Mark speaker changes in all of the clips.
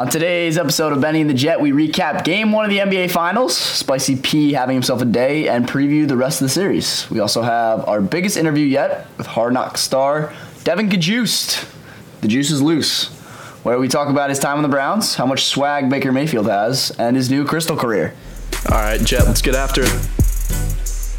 Speaker 1: On today's episode of Benny and the Jet, we recap game one of the NBA Finals, Spicy P having himself a day, and preview the rest of the series. We also have our biggest interview yet with Hard Knock star Devin Gajuiced. The juice is loose, where we talk about his time on the Browns, how much swag Baker Mayfield has, and his new crystal career.
Speaker 2: All right, Jet, let's get after it.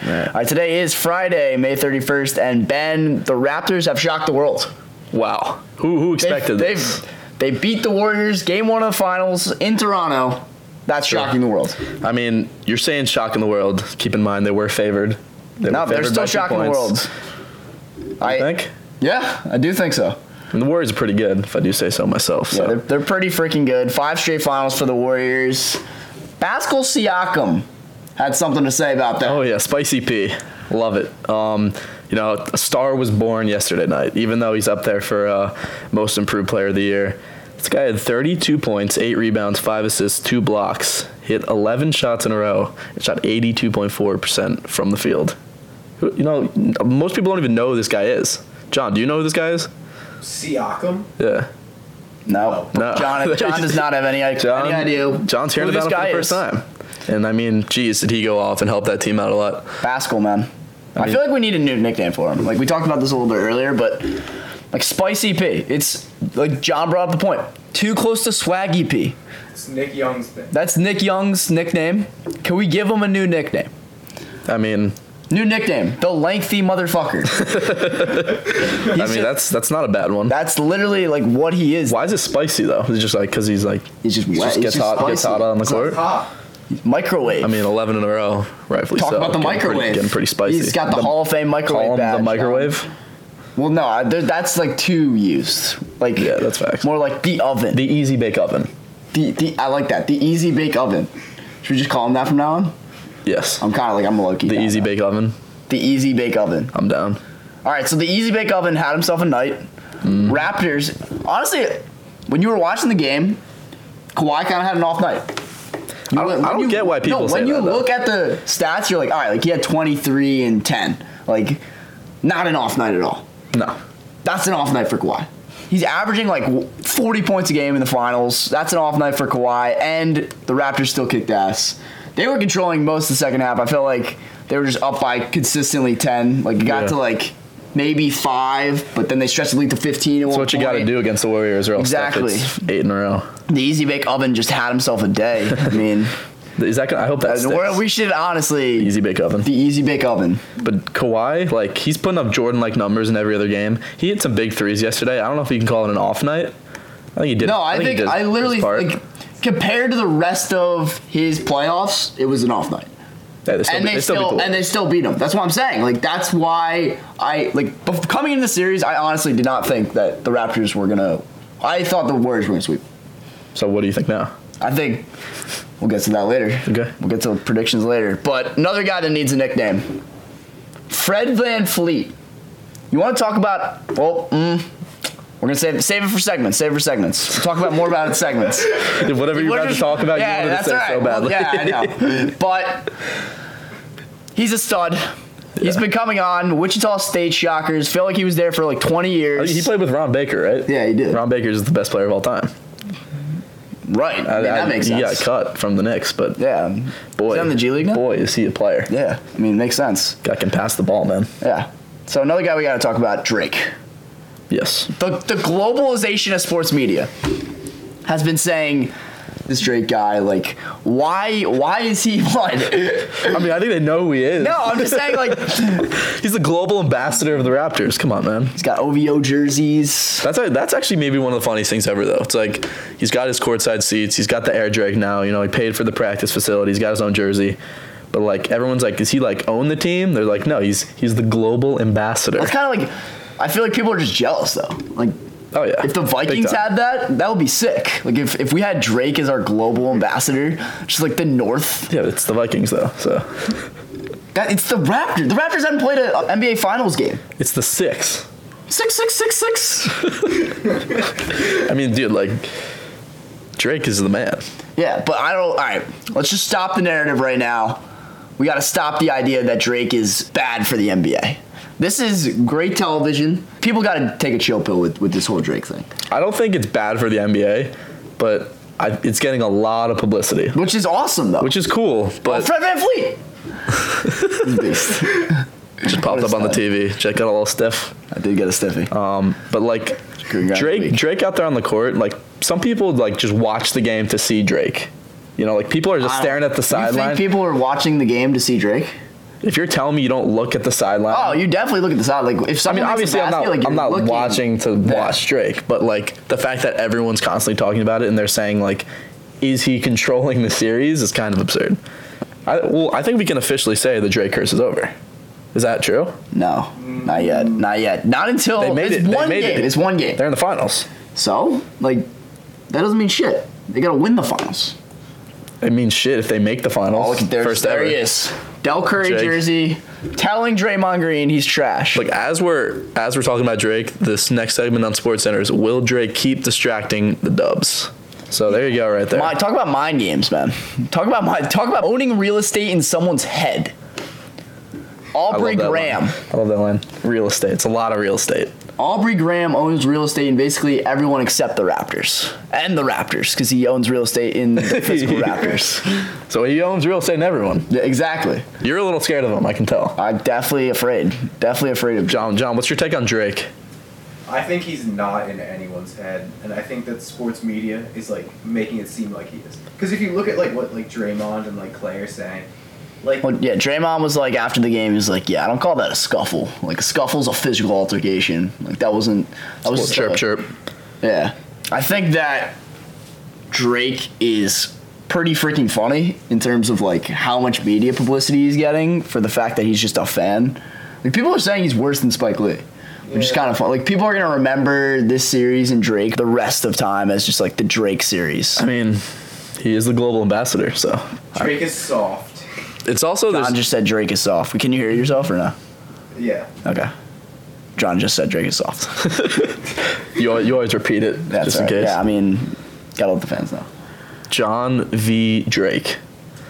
Speaker 1: All right, today is Friday, May 31st, and Ben, the Raptors have shocked the world. Wow.
Speaker 2: Who, who
Speaker 1: They-
Speaker 2: expected
Speaker 1: they've,
Speaker 2: this?
Speaker 1: They beat the Warriors game one of the finals in Toronto. That's shocking the world.
Speaker 2: I mean, you're saying shocking the world. Keep in mind they were favored. They
Speaker 1: No,
Speaker 2: were
Speaker 1: they're
Speaker 2: favored by
Speaker 1: still
Speaker 2: two
Speaker 1: shocking the
Speaker 2: points.
Speaker 1: world.
Speaker 2: I
Speaker 1: I
Speaker 2: think.
Speaker 1: yeah, I do think so.
Speaker 2: And the Warriors are pretty good, if I do say so myself.
Speaker 1: Yeah,
Speaker 2: So.
Speaker 1: they're, they're pretty freaking good. Five straight finals for the Warriors. Pascal Siakam had something to say about that.
Speaker 2: oh yeah, spicy P, love it. Um, you know, a star was born yesterday night. Even though he's up there for uh, most improved player of the year, this guy had 32 points, eight rebounds, five assists, two blocks, hit 11 shots in a row, and shot 82.4% from the field. Who- You know, most people don't even know who this guy is. John, do you know who this guy is?
Speaker 3: Siakam.
Speaker 2: Yeah.
Speaker 1: No,
Speaker 2: No.
Speaker 1: John, John does not have any, i-
Speaker 2: John,
Speaker 1: any idea.
Speaker 2: John's hearing
Speaker 1: who
Speaker 2: about
Speaker 1: this
Speaker 2: him for
Speaker 1: guy
Speaker 2: the first
Speaker 1: is.
Speaker 2: time. And I mean, geez, did he go off and help that team out a lot?
Speaker 1: Pascal, man. I,
Speaker 2: mean-
Speaker 1: feel like we need a new nickname for him. Like we talked about this a little bit earlier, but like Spicy P. It's like John brought up the point. Too close to Swaggy P.
Speaker 3: It's Nick Young's thing.
Speaker 1: That's Nick Young's nickname. Can we give him a new nickname?
Speaker 2: I mean,
Speaker 1: New nickname, the lengthy motherfucker.
Speaker 2: I mean that's that's not a bad one.
Speaker 1: that's literally like what he is.
Speaker 2: Why is it spicy though? Is it just like because he's like
Speaker 1: He's just
Speaker 2: he
Speaker 1: wet,
Speaker 2: just
Speaker 1: he's
Speaker 2: gets
Speaker 1: just
Speaker 2: hot, gets
Speaker 1: spicy.
Speaker 2: hot on the court.
Speaker 3: Top.
Speaker 1: Microwave.
Speaker 2: I mean, 11 in a row, rightfully
Speaker 1: talk
Speaker 2: so.
Speaker 1: about the
Speaker 2: Getting pretty-
Speaker 1: microwave.
Speaker 2: getting pretty spicy.
Speaker 1: He's got the, Hall of Fame
Speaker 2: call
Speaker 1: microwave
Speaker 2: him
Speaker 1: badge.
Speaker 2: the microwave,
Speaker 1: Well, no, I- there, that's like too used. Like
Speaker 2: Yeah, that's facts.
Speaker 1: More like the oven.
Speaker 2: the easy bake oven.
Speaker 1: The, the I like that. The Easy Bake Oven. Should we just call him that from now on?
Speaker 2: Yes,
Speaker 1: I'm kind of like I'm a low key.
Speaker 2: the
Speaker 1: guy
Speaker 2: easy
Speaker 1: now.
Speaker 2: bake oven.
Speaker 1: The Easy Bake Oven.
Speaker 2: I'm down.
Speaker 1: All right, so the Easy Bake Oven had himself a night.
Speaker 2: Mm.
Speaker 1: Raptors. Honestly, when you were watching the game, Kawhi kind of had an off night.
Speaker 2: I don't- I don't get why people
Speaker 1: no,
Speaker 2: say
Speaker 1: when you
Speaker 2: that, though.
Speaker 1: look at the stats, you're like, all right, like he had 23 and 10. Like, not an off night at all.
Speaker 2: No,
Speaker 1: That's an off night for Kawhi. He's averaging like 40 points a game in the finals. That's an off night for Kawhi, and the Raptors still kicked ass. They were controlling most of the second half. I felt like they were just up by consistently 10. Like, it got
Speaker 2: Yeah.
Speaker 1: to like maybe five, but then they stretched the lead to 15. At
Speaker 2: that's
Speaker 1: one
Speaker 2: what you got to
Speaker 1: point.
Speaker 2: do against the Warriors, or else stuff,
Speaker 1: Exactly.
Speaker 2: it's eight in a row.
Speaker 1: The Easy Bake Oven just had himself a day. I mean, uh,
Speaker 2: Is that? Gonna, I hope that's
Speaker 1: we're- we should honestly.
Speaker 2: easy bake oven.
Speaker 1: The Easy Bake Oven.
Speaker 2: But Kawhi, like he's putting up Jordan like numbers in every other game. He hit some big threes yesterday. I don't know if you can call it an off night. I think he did.
Speaker 1: No, I,
Speaker 2: he
Speaker 1: think,
Speaker 2: did
Speaker 1: I
Speaker 2: his
Speaker 1: literally
Speaker 2: part.
Speaker 1: like compared to the rest of his playoffs, it was an off night.
Speaker 2: Yeah, they still
Speaker 1: and
Speaker 2: beat-
Speaker 1: they,
Speaker 2: they still
Speaker 1: still,
Speaker 2: beat the
Speaker 1: and they
Speaker 2: Warriors.
Speaker 1: still beat them. That's what I'm saying. Like that's why I like bef- coming into the series. I honestly did not think that the Raptors were gonna. I thought the Warriors were gonna sweep.
Speaker 2: So what do you think now?
Speaker 1: I think we'll get to that later.
Speaker 2: Okay.
Speaker 1: we'll get to predictions later. But another guy that needs a nickname, Fred Van Fleet. You want to talk about? Well, mm, we're gonna save save it for segments. Save it for segments. We'll talk about more about it in segments.
Speaker 2: Whatever you're
Speaker 1: We're
Speaker 2: about to
Speaker 1: just-
Speaker 2: talk about, you wanted to say so badly.
Speaker 1: Well, yeah, I know. But he's a stud. He's been coming on Wichita State Shockers. Feel like he was there for like 20
Speaker 2: I
Speaker 1: years.
Speaker 2: mean, Oh, he played with Ron Baker, right?
Speaker 1: Yeah, he did.
Speaker 2: Ron Baker is the best player of all time.
Speaker 1: right. I mean, that makes
Speaker 2: he
Speaker 1: sense.
Speaker 2: got cut from the Knicks, but
Speaker 1: Yeah.
Speaker 2: boy,
Speaker 1: Is he on the G League now?
Speaker 2: boy, is he a player?
Speaker 1: Yeah. I mean, it makes sense.
Speaker 2: Guy can pass the ball, man.
Speaker 1: Yeah. So another guy we got to talk about, Drake.
Speaker 2: Yes,
Speaker 1: The, the globalization of sports media has been saying this Drake guy, like, why why is he one?
Speaker 2: I mean, I think they know who he is.
Speaker 1: no, I'm just saying, like,
Speaker 2: he's the global ambassador of the Raptors. Come on, man.
Speaker 1: he's got OVO jerseys.
Speaker 2: That's a, that's actually maybe one of the funniest things ever, though. It's like he's got his courtside seats, he's got the air drag now. You know, he paid for the practice facility, he's got his own jersey. But like everyone's like, is he like own the team? They're like, no, he's he's the global ambassador.
Speaker 1: That's kind of like I feel like people are just jealous though. Like,
Speaker 2: Oh yeah.
Speaker 1: if the
Speaker 2: Big
Speaker 1: Vikings
Speaker 2: time.
Speaker 1: had that, that would be sick. Like, if, if we had Drake as our global ambassador, just like the North,
Speaker 2: Yeah, it's the Vikings though. So
Speaker 1: that it's the Raptors. The Raptors haven't played an NBA Finals game.
Speaker 2: it's the six.
Speaker 1: Six, six, six, six.
Speaker 2: I mean, dude, like Drake is the man.
Speaker 1: Yeah, but I don't. All right, let's just stop the narrative right now. We got to stop the idea that Drake is bad for the NBA. This is great television. People got to take a chill pill with, with this whole Drake thing,
Speaker 2: I don't think it's bad for the NBA, but I, it's getting a lot of publicity,
Speaker 1: which is awesome though.
Speaker 2: which is cool. But
Speaker 1: Fred Van Fleet.
Speaker 2: just popped up on the
Speaker 1: Understand.
Speaker 2: TV. Check out a little stiff.
Speaker 1: I did get a stiffy.
Speaker 2: Um, but like
Speaker 1: Congrats,
Speaker 2: Drake,
Speaker 1: Drake.
Speaker 2: Drake out there on the court, like some people like just watch the game to see Drake. You know, like people are just staring at the
Speaker 1: You
Speaker 2: sideline.
Speaker 1: think people are watching the game to see Drake?
Speaker 2: if you're telling me you don't look at the sideline,
Speaker 1: Oh, you definitely look at the side. Like if
Speaker 2: I mean,
Speaker 1: someone makes a
Speaker 2: obviously, I'm
Speaker 1: basket,
Speaker 2: not,
Speaker 1: like,
Speaker 2: I'm
Speaker 1: you're
Speaker 2: not
Speaker 1: looking-
Speaker 2: watching to
Speaker 1: Yeah.
Speaker 2: watch Drake, but like the fact that everyone's constantly talking about it and they're saying like, is he controlling the series is kind of absurd. I, well, I think we can officially say the Drake curse is over. Is that true?
Speaker 1: No, not yet. Not yet. Not until
Speaker 2: They made
Speaker 1: it's
Speaker 2: it. They
Speaker 1: one
Speaker 2: made
Speaker 1: game.
Speaker 2: it.
Speaker 1: It's one game.
Speaker 2: They're in the finals.
Speaker 1: So like, that doesn't mean shit. They gotta win the finals.
Speaker 2: It means shit if they make the finals.
Speaker 1: Oh, look at there,
Speaker 2: first
Speaker 1: there
Speaker 2: ever.
Speaker 1: he is. Del Curry
Speaker 2: Jake.
Speaker 1: jersey, telling Draymond Green he's trash.
Speaker 2: Like as we're as we're talking about Drake, this next segment on Sports Center is will Drake keep distracting the Dubs? So there you go, right there.
Speaker 1: My- talk about mind games, man. Talk about mind, talk about owning real estate in someone's head.
Speaker 2: I
Speaker 1: Aubrey
Speaker 2: love that
Speaker 1: Graham.
Speaker 2: Line. I love that line. Real estate. It's a lot of real estate.
Speaker 1: Aubrey Graham owns real estate in basically everyone except the Raptors and the Raptors because he owns real estate in the physical Raptors.
Speaker 2: So he owns real estate in everyone.
Speaker 1: Yeah, exactly.
Speaker 2: You're a little scared of him, I can tell.
Speaker 1: I'm definitely afraid. Definitely afraid of John.
Speaker 2: John, John, what's your take on Drake?
Speaker 3: I think he's not in anyone's head, and I think that sports media is like making it seem like he is. Because if you look at like what like Draymond and like Clay are saying, like
Speaker 1: Well, yeah, Draymond was like after the game, he was like, "Yeah, I don't call that a scuffle. Like a scuffle's a physical altercation. Like that wasn't that was
Speaker 2: Well,
Speaker 1: just uh,
Speaker 2: chirp,
Speaker 1: a-
Speaker 2: chirp.
Speaker 1: Yeah, I think that Drake is pretty freaking funny in terms of like how much media publicity he's getting for the fact that he's just a fan. Like people are saying he's worse than Spike Lee. Which is
Speaker 3: Yeah.
Speaker 1: kind of fun. Like people are gonna remember this series and Drake the rest of time as just like the Drake series.
Speaker 2: I mean, he is the global ambassador, so.
Speaker 3: Drake is soft.
Speaker 2: It's also
Speaker 1: John
Speaker 2: this.
Speaker 1: just said Drake is soft. Can you hear yourself or no?
Speaker 3: Yeah.
Speaker 1: Okay. John just said Drake is soft.
Speaker 2: You, al- you always repeat it,
Speaker 1: That's
Speaker 2: just in
Speaker 1: all right.
Speaker 2: case.
Speaker 1: Yeah, I mean, gotta let the fans know.
Speaker 2: John v. Drake.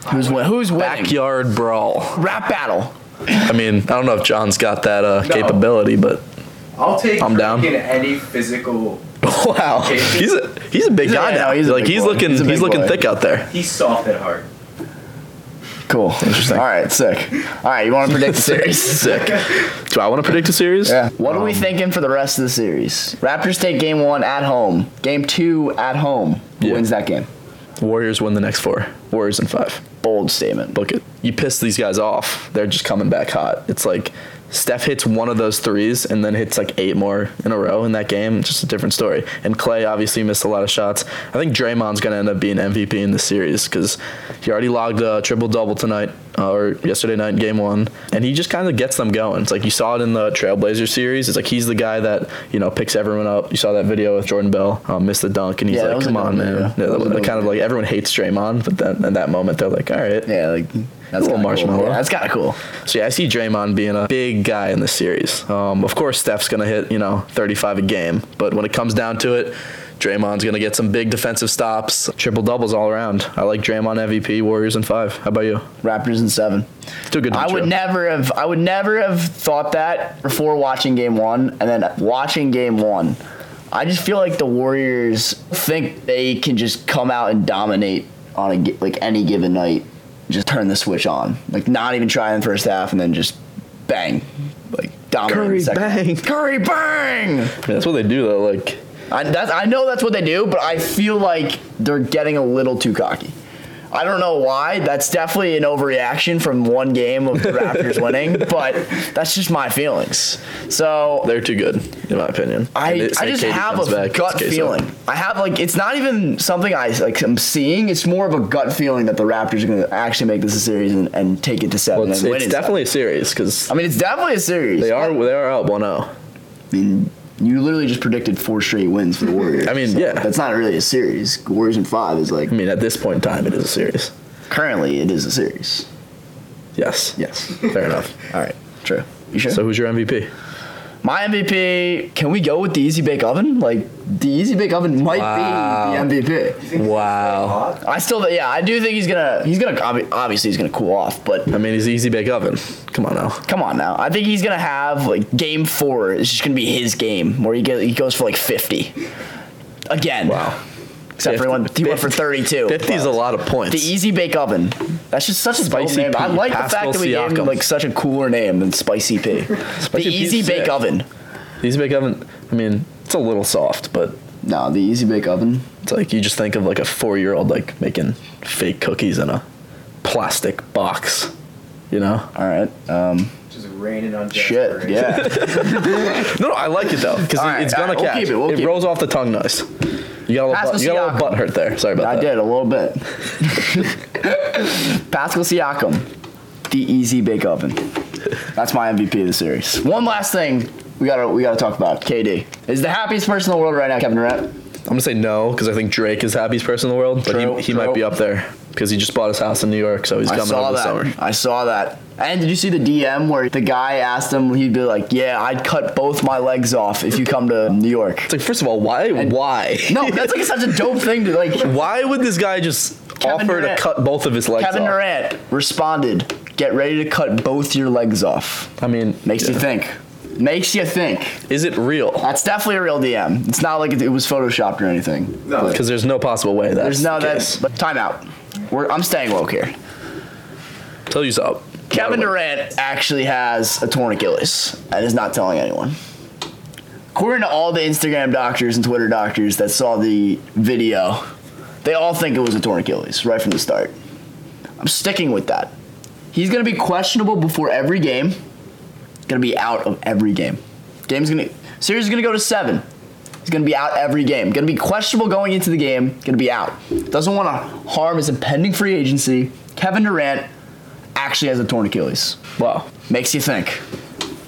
Speaker 1: Who's win- who's winning?
Speaker 2: Backyard brawl.
Speaker 1: Rap battle.
Speaker 2: I mean, I don't know if John's got that uh,
Speaker 3: No.
Speaker 2: capability, but
Speaker 3: I'll take
Speaker 2: I'm down.
Speaker 3: in any physical.
Speaker 2: wow, he's a he's a big
Speaker 1: He's a-
Speaker 2: guy
Speaker 1: yeah,
Speaker 2: now.
Speaker 1: no, he's a
Speaker 2: like
Speaker 1: big
Speaker 2: he's
Speaker 1: boy.
Speaker 2: looking
Speaker 1: He's
Speaker 2: he's,
Speaker 1: a big
Speaker 2: looking
Speaker 1: boy.
Speaker 2: thick out there.
Speaker 3: He's soft at heart.
Speaker 1: Cool. Interesting. All right, sick. All right, you want to predict the series?
Speaker 2: Sick. Do I want to predict a series?
Speaker 1: yeah. What are we
Speaker 2: Um,
Speaker 1: thinking for the rest of the series? Raptors take game one at home. Game two at home. Who
Speaker 2: Yeah.
Speaker 1: wins that game?
Speaker 2: Warriors win the next four. Warriors in five.
Speaker 1: Bold statement.
Speaker 2: Book it. You piss these guys off. They're just coming back hot. It's like Steph hits one of those threes and then hits like eight more in a row in that game. It's Just a different story. And Clay obviously missed a lot of shots. I think Draymond's going to end up being MVP in the series because he already logged a triple double tonight uh, or yesterday night in game one. And he just kind of gets them going. It's like you saw it in the Trailblazer series. It's like he's the guy that, you know, picks everyone up. You saw that video with Jordan Bell, um, missed the dunk, and he's
Speaker 1: Yeah, that was
Speaker 2: like,
Speaker 1: a
Speaker 2: come
Speaker 1: dope
Speaker 2: on, man.
Speaker 1: video.
Speaker 2: Yeah,
Speaker 1: That was a
Speaker 2: that-
Speaker 1: dope
Speaker 2: kind of like everyone hates Draymond, but then in that moment they're like, all right.
Speaker 1: Yeah, like that's
Speaker 2: Little
Speaker 1: kinda
Speaker 2: marshmallow.
Speaker 1: Cool. Yeah, that's kind of cool.
Speaker 2: So yeah, I see Draymond being a big guy in the series. Um, of course, Steph's gonna hit you know 35 a game, but when it comes down to it, Draymond's gonna get some big defensive stops, triple doubles all around. I like Draymond MVP, Warriors in five. How about you?
Speaker 1: Raptors in seven.
Speaker 2: Too good. To be
Speaker 1: I would
Speaker 2: true.
Speaker 1: never have. I would never have thought that before watching Game One, and then watching Game One, I just feel like the Warriors think they can just come out and dominate on a, gi- like any given night, just turn the switch on, like not even try in the first half, and then just bang, like dominate. in the
Speaker 2: Curry
Speaker 1: second half.
Speaker 2: bang.
Speaker 1: Curry bang.
Speaker 2: Yeah, that's what they do though. Like
Speaker 1: I, that's, I know that's what they do, but I feel like they're getting a little too cocky. I don't know why. That's definitely an overreaction from one game of the Raptors winning, but that's just my feelings. So
Speaker 2: they're too good, in my opinion.
Speaker 1: I,
Speaker 2: And it's
Speaker 1: I
Speaker 2: like
Speaker 1: just
Speaker 2: KD
Speaker 1: have
Speaker 2: comes
Speaker 1: a
Speaker 2: back,
Speaker 1: gut
Speaker 2: it's case
Speaker 1: feeling.
Speaker 2: open.
Speaker 1: I have like it's not even something I like I'm seeing. It's more of a gut feeling that the Raptors are going to actually make this a series and, and take it to seven
Speaker 2: Well, it's,
Speaker 1: and win
Speaker 2: it's
Speaker 1: it.
Speaker 2: definitely a series because
Speaker 1: I mean, it's definitely a series.
Speaker 2: they are they are up 1-0.
Speaker 1: I mean, you literally just predicted four straight wins for the Warriors.
Speaker 2: I mean, yeah.
Speaker 1: That's not really a series. Warriors in five is like,
Speaker 2: I mean, at this point in time, it is a series.
Speaker 1: currently, it is a series.
Speaker 2: Yes.
Speaker 1: Yes.
Speaker 2: Fair enough.
Speaker 1: All right. True. You sure?
Speaker 2: So who's your MVP?
Speaker 1: My MVP, can we go with the Easy Bake Oven? Like, the Easy Bake Oven might
Speaker 2: Wow.
Speaker 1: be the MVP.
Speaker 3: think he's
Speaker 2: Wow.
Speaker 3: hot?
Speaker 1: I still, yeah, I do think he's gonna, he's gonna, obvi- obviously, he's gonna cool off, but
Speaker 2: I mean, he's the easy bake oven. Come on now.
Speaker 1: come on now. I think he's gonna have, like, game four is just gonna be his game where he, get, he goes for like 50. Again.
Speaker 2: Wow.
Speaker 1: Except for he went, he went for 32.
Speaker 2: 50 is a lot of points.
Speaker 1: The Easy Bake Oven. That's just such a spicy
Speaker 2: Spicy
Speaker 1: name. I
Speaker 2: P,
Speaker 1: like the fact
Speaker 2: Pascal
Speaker 1: that we gave him
Speaker 2: Siakam.
Speaker 1: like such a cooler name than Spicy P. the
Speaker 2: P is
Speaker 1: Easy Bake
Speaker 2: sick.
Speaker 1: Oven.
Speaker 2: The easy bake oven, I mean, it's a little soft, but
Speaker 1: No, the Easy Bake Oven.
Speaker 2: it's like you just think of like a four year old like making fake cookies in a plastic box, you know?
Speaker 1: All right. Um,
Speaker 3: Just raining on
Speaker 1: shit.
Speaker 3: desperation.
Speaker 1: Yeah.
Speaker 2: No, no, I like it though, because
Speaker 1: All right,
Speaker 2: it's
Speaker 1: all
Speaker 2: gonna
Speaker 1: right, we'll
Speaker 2: catch.
Speaker 1: keep it, we'll keep it.
Speaker 2: rolls off the tongue nice. You got a little,
Speaker 1: Pass
Speaker 2: butt,
Speaker 1: to
Speaker 2: you got a little
Speaker 1: Siakam.
Speaker 2: butt hurt there. Sorry about
Speaker 1: I
Speaker 2: that.
Speaker 1: did a little bit. Pascal Siakam, the Easy Bake Oven. That's my MVP of the series. One last thing we gotta we gotta talk about. KD is the happiest person in the world right now. Kevin Durant.
Speaker 2: I'm gonna say no because I think Drake is the happiest person in the world, but
Speaker 1: True,
Speaker 2: he, he
Speaker 1: true.
Speaker 2: might be up there because he just bought his house in New York, so he's
Speaker 1: I
Speaker 2: coming
Speaker 1: saw
Speaker 2: over the
Speaker 1: that.
Speaker 2: summer.
Speaker 1: I saw that. And did you see the DM where the guy asked him? He'd be like, "Yeah, I'd cut both my legs off if you come to New York."
Speaker 2: It's like, first of all, why? why?
Speaker 1: No, that's like such a dope thing to like.
Speaker 2: why would this guy just
Speaker 1: Kevin
Speaker 2: offer
Speaker 1: Durant.
Speaker 2: to cut both of his legs
Speaker 1: Kevin
Speaker 2: off?
Speaker 1: Durant responded, "Get ready to cut both your legs off."
Speaker 2: I mean,
Speaker 1: Makes you
Speaker 2: yeah.
Speaker 1: think. Makes you think.
Speaker 2: Is it real?
Speaker 1: That's definitely a real DM. It's not like it, it was photoshopped or anything.
Speaker 3: No.
Speaker 1: But
Speaker 2: Because there's no possible way that.
Speaker 1: there's no that's but timeout. We're, I'm staying woke here.
Speaker 2: Tell you so.
Speaker 1: Kevin Durant actually has a torn Achilles and is not telling anyone. According to all the Instagram doctors and Twitter doctors that saw the video, they all think it was a torn Achilles right from the start. I'm sticking with that. He's going to be questionable before every game. Going to be out of every game. Game's going to series is going to go to 7. He's going to be out every game. Going to be questionable going into the game. Going to be out. Doesn't want to harm his impending free agency. Kevin Durant actually has a torn Achilles.
Speaker 2: Wow.
Speaker 1: Makes you think.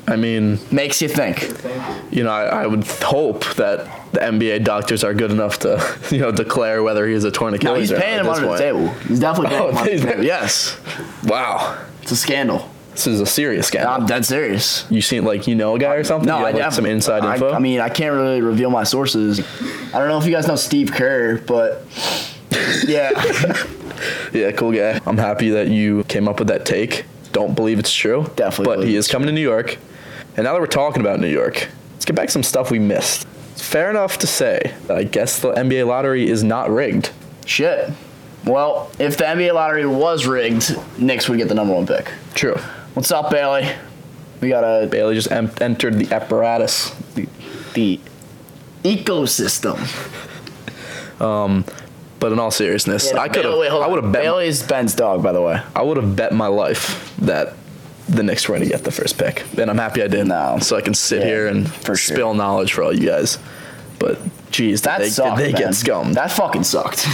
Speaker 2: I mean,
Speaker 1: Makes you think.
Speaker 3: Thank you.
Speaker 2: you know, I, I would hope that the NBA doctors are good enough to, you know, declare whether he is a torn
Speaker 1: No,
Speaker 2: Achilles.
Speaker 1: he's
Speaker 2: or not
Speaker 1: paying
Speaker 2: at
Speaker 1: him
Speaker 2: this
Speaker 1: under the
Speaker 2: point.
Speaker 1: table. He's definitely paying
Speaker 2: Oh,
Speaker 1: him under
Speaker 2: he's
Speaker 1: the table.
Speaker 2: paying-
Speaker 1: Yes,
Speaker 2: Wow.
Speaker 1: it's a scandal.
Speaker 2: This is a serious
Speaker 1: I'm
Speaker 2: scandal.
Speaker 1: dead serious.
Speaker 2: You seen like you know a guy or something?
Speaker 1: No,
Speaker 2: You
Speaker 1: I
Speaker 2: have, like,
Speaker 1: def-
Speaker 2: some inside
Speaker 1: I-
Speaker 2: info.
Speaker 1: I mean, I can't really reveal my sources. I don't know if you guys know Steve Kerr, but yeah,
Speaker 2: yeah, cool guy. I'm happy that you came up with that take. Don't believe it's true.
Speaker 1: Definitely
Speaker 2: But he
Speaker 1: believe
Speaker 2: is coming to New York. And now that we're talking about New York, let's get back to some stuff we missed. It's fair enough to say that I guess the NBA lottery is not rigged.
Speaker 1: shit. Well, if the NBA lottery was rigged, Knicks would get the number one pick.
Speaker 2: True.
Speaker 1: What's up, Bailey? We got a
Speaker 2: Bailey just em- entered the apparatus.
Speaker 1: the ecosystem.
Speaker 2: Um, But in all seriousness, I could have.
Speaker 1: Bailey- wait, hold
Speaker 2: I
Speaker 1: on.
Speaker 2: would have bet.
Speaker 1: Bailey's Ben's dog, by the way.
Speaker 2: I would have bet my life that the Knicks were going to get the first pick, and I'm happy I did.
Speaker 1: No.
Speaker 2: So I can sit
Speaker 1: Yeah,
Speaker 2: here and
Speaker 1: for sure.
Speaker 2: spill knowledge for all you guys. But geez, did
Speaker 1: That
Speaker 2: they, did
Speaker 1: sucked.
Speaker 2: they
Speaker 1: man.
Speaker 2: get scummed.
Speaker 1: That fucking sucked.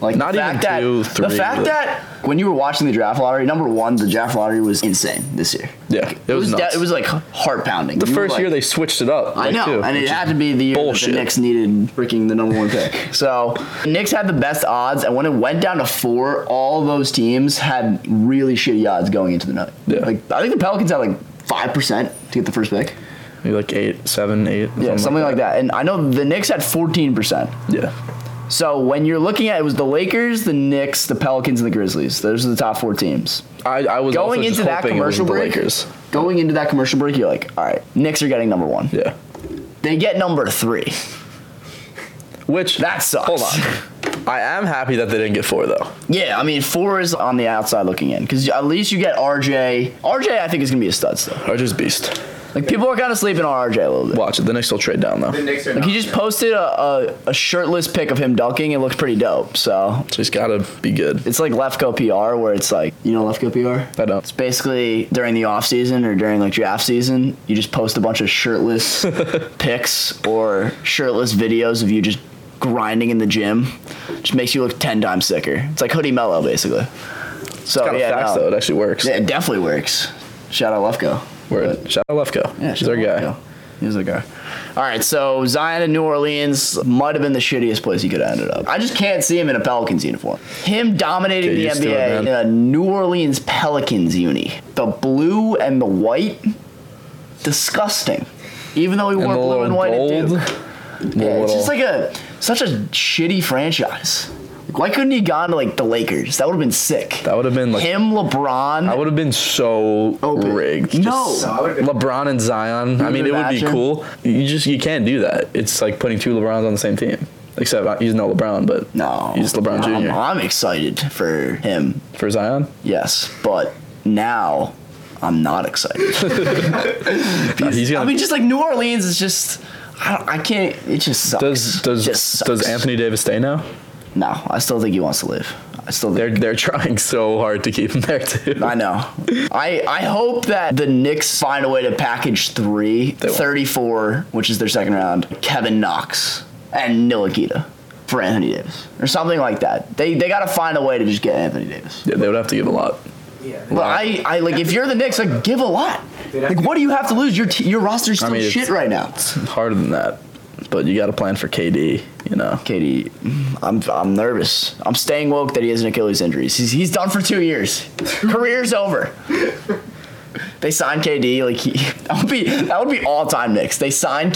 Speaker 1: Like
Speaker 2: Not
Speaker 1: the
Speaker 2: even
Speaker 1: fact that,
Speaker 2: two,
Speaker 1: The
Speaker 2: three,
Speaker 1: fact
Speaker 2: but-
Speaker 1: that when you were watching the draft lottery, number one, the draft lottery was insane this year.
Speaker 2: Yeah, it was
Speaker 1: de-
Speaker 2: nuts.
Speaker 1: it was like heart pounding.
Speaker 2: the first year they switched it up.
Speaker 1: I
Speaker 2: like,
Speaker 1: know,
Speaker 2: too,
Speaker 1: and
Speaker 2: which
Speaker 1: it
Speaker 2: is
Speaker 1: had to be the year that the
Speaker 2: bullshit.
Speaker 1: Knicks needed freaking the number one pick. so the Knicks had the best odds, and when it went down to four, all those teams had really shitty odds going into the night.
Speaker 2: Yeah.
Speaker 1: Like I think the Pelicans had like five percent to get the first pick.
Speaker 2: Maybe like eight, seven, eight.
Speaker 1: Yeah, something, like that. And I know the Knicks had fourteen percent.
Speaker 2: Yeah.
Speaker 1: So when you're looking at it was the Lakers, the Knicks, the Pelicans, and the Grizzlies. Those are the top four teams.
Speaker 2: I, I was
Speaker 1: Going
Speaker 2: also just
Speaker 1: into that
Speaker 2: hoping it
Speaker 1: commercial
Speaker 2: wasn't
Speaker 1: break,
Speaker 2: the Lakers.
Speaker 1: going into that commercial break, you're like, all right, Knicks are getting number one.
Speaker 2: Yeah.
Speaker 1: They get number three.
Speaker 2: Which
Speaker 1: That sucks.
Speaker 2: Hold on. I am happy that they didn't get four though.
Speaker 1: Yeah, I mean, four is on the outside looking in because at least you get RJ. RJ, I think is gonna be a stud still.
Speaker 2: Or just beast.
Speaker 1: Like people are kind of sleeping on RJ a little bit.
Speaker 2: Watch it. The Knicks will trade down though.
Speaker 3: The
Speaker 2: So
Speaker 3: Knicks are
Speaker 1: Like
Speaker 3: not.
Speaker 1: he just posted a, a, a shirtless pic of him dunking. It looks pretty dope. So
Speaker 2: he's gotta be good.
Speaker 1: it's like Lefko PR where it's like you know Lefko PR.
Speaker 2: I don't.
Speaker 1: It's basically during the off season or during like draft season, you just post a bunch of shirtless pics or shirtless videos of you just grinding in the gym. Just makes you look ten times sicker. It's like hoodie mellow basically. So
Speaker 2: Kind of
Speaker 1: Oh, yeah,
Speaker 2: facts
Speaker 1: no.
Speaker 2: though. It actually works.
Speaker 1: Yeah, it definitely works. Shout out Lefko.
Speaker 2: Word. Shout out Lefko.
Speaker 1: Yeah,
Speaker 2: he's our guy.
Speaker 1: He's our guy. All right, so Zion in New Orleans might have been the shittiest place he could have ended up. I just can't see him in a Pelicans uniform. Him dominating
Speaker 2: Get
Speaker 1: the
Speaker 2: used to it,
Speaker 1: NBA
Speaker 2: man.
Speaker 1: in a New Orleans Pelicans uni. The blue and the white, disgusting. Even though he
Speaker 2: And
Speaker 1: wore
Speaker 2: the
Speaker 1: blue
Speaker 2: little
Speaker 1: and white at
Speaker 2: gold.
Speaker 1: Duke.
Speaker 2: the
Speaker 1: Yeah, it's
Speaker 2: little-
Speaker 1: just like a such a shitty franchise. Like, why couldn't he gone to like the Lakers? That would have been sick.
Speaker 2: That would have been like
Speaker 1: Him, LeBron.
Speaker 2: I would have been so
Speaker 1: Open.
Speaker 2: rigged.
Speaker 1: No.
Speaker 3: No, I would've been-
Speaker 2: LeBron and Zion. I
Speaker 1: you
Speaker 2: mean, it would be
Speaker 1: imagine?
Speaker 2: cool. You just you can't do that. It's like putting two LeBrons on the same team. Except uh, he's not LeBron, but
Speaker 1: no,
Speaker 2: he's LeBron
Speaker 1: I'm-
Speaker 2: Jr.
Speaker 1: I'm excited for him.
Speaker 2: for Zion.
Speaker 1: Yes, but now I'm not excited.
Speaker 2: Uh, he's gonna.
Speaker 1: I mean, just like New Orleans is just. I, don't, I can't. It just sucks.
Speaker 2: does does
Speaker 1: just sucks.
Speaker 2: does Anthony Davis stay now?
Speaker 1: No, I still think he wants to live. I still think.
Speaker 2: They're they're trying so hard to keep him there too.
Speaker 1: I know. I I hope that the Knicks find a way to package three,
Speaker 2: won't.
Speaker 1: 34, which is their second round, Kevin Knox and Nilakita for Anthony Davis or something like that. They they got to find a way to just get Anthony Davis.
Speaker 2: Yeah, they would have to give a lot.
Speaker 3: Yeah.
Speaker 1: But I, I like if you're the Knicks, like give a lot.
Speaker 3: They'd have
Speaker 1: Like
Speaker 3: to-
Speaker 1: what do you have to lose? Your t- your roster's still
Speaker 2: mean, it's-
Speaker 1: shit right now.
Speaker 2: Harder than that, but you got to plan for KD. You know.
Speaker 1: Katie, I'm I'm nervous. I'm staying woke that he has an Achilles injury. He's, he's done for two years. Career's over. They signed KD like he that would be that would be all time Knicks. They signed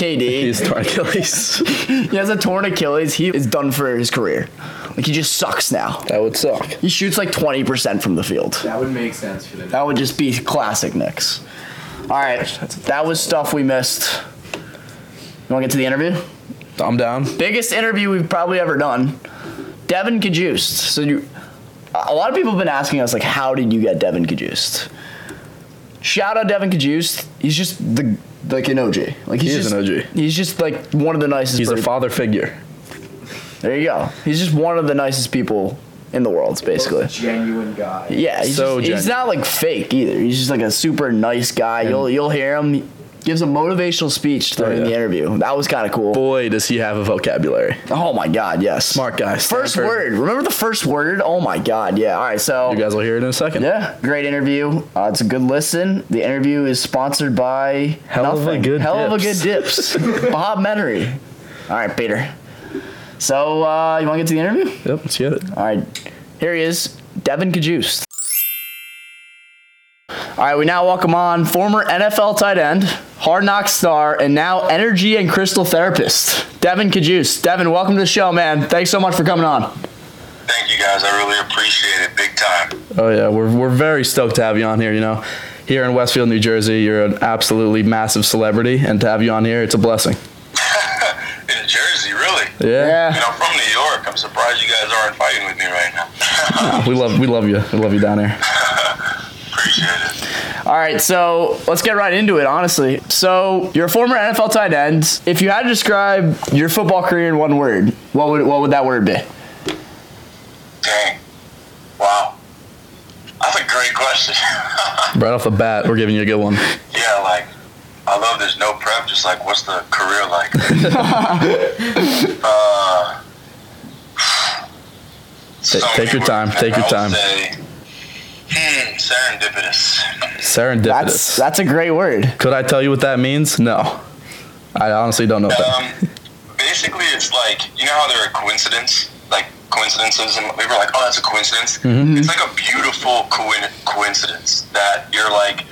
Speaker 2: He's
Speaker 1: KD.
Speaker 2: torn Achilles.
Speaker 1: he has a torn Achilles. He is done for his career. Like he just sucks now.
Speaker 2: that would suck.
Speaker 1: He shoots like 20% from the field.
Speaker 3: That would make sense for them.
Speaker 1: That would just be classic Knicks. All right, that was stuff we missed. You want to get to the interview?
Speaker 2: I'm down.
Speaker 1: biggest interview we've probably ever done. Devin Kajust. So you, a lot of people have been asking us like, how did you get Devin Kajust? Shout out Devin Kajust. He's just the like an OG. Like he's
Speaker 2: He is
Speaker 1: just,
Speaker 2: an OG.
Speaker 1: He's just like one of the nicest.
Speaker 2: He's a
Speaker 1: per-
Speaker 2: father figure.
Speaker 1: there you go. He's just one of the nicest people in the world, basically.
Speaker 3: Most genuine guy.
Speaker 1: Yeah, he's,
Speaker 2: So
Speaker 1: just- he's
Speaker 2: genuine.
Speaker 1: not like fake either. He's just like a super nice guy. You'll you'll hear him. He gives a motivational speech during
Speaker 2: Oh, yeah.
Speaker 1: the interview. That was kind of cool.
Speaker 2: Boy, does he have a vocabulary.
Speaker 1: Oh my god, yes.
Speaker 2: Smart guy.
Speaker 1: First word.
Speaker 2: Stanford.
Speaker 1: Remember the first word? Oh my god, yeah. All right, so
Speaker 2: You guys will hear it in a second.
Speaker 1: yeah, great interview. Uh, it's a good listen. The interview is sponsored by
Speaker 2: Hell of a
Speaker 1: nothing.
Speaker 2: good
Speaker 1: Hell of
Speaker 2: dips.
Speaker 1: a good dips. Bob Menery. All right, Peter. So uh, you want to get to the interview?
Speaker 2: Yep, let's get it.
Speaker 1: All right, here he is, Devin Kajust. All right, we now welcome on former NFL tight end, hard knock star, and now energy and crystal therapist, Devin Kajust. Devin, welcome to the show, man. Thanks so much for coming on.
Speaker 4: Thank you guys. I really appreciate it. Big time.
Speaker 2: Oh yeah, we're we're very stoked to have you on here. You know, here in Westfield, New Jersey, you're an absolutely massive celebrity, and to have you on here, it's a blessing.
Speaker 4: In Jersey, really.
Speaker 2: Yeah,
Speaker 1: Yeah.
Speaker 4: And I'm from New York. I'm surprised you guys aren't fighting with me right now.
Speaker 2: we love we love you. We love you down here.
Speaker 4: appreciate it.
Speaker 1: All right, so let's get right into it, honestly. So, you're a former NFL tight end. If you had to describe your football career in one word, what would what would that word be?
Speaker 4: Dang. Wow. That's a great question.
Speaker 2: Right off the bat, we're giving you a good one.
Speaker 4: yeah, like, I love there's no prep. Just like, what's the career like? uh, so many
Speaker 2: take your
Speaker 4: words.
Speaker 2: time, take your
Speaker 4: I would
Speaker 2: time.
Speaker 4: Say, hmm, serendipitous.
Speaker 2: Serendipitous.
Speaker 1: That's that's a great word.
Speaker 2: Could I tell you what that means? No, I honestly don't know. what that-
Speaker 4: Um, basically, it's like you know how there are coincidence, like coincidences, and we were like, "Oh, that's a coincidence."
Speaker 2: Mm-hmm.
Speaker 4: It's like a beautiful coin- coincidence that you're like,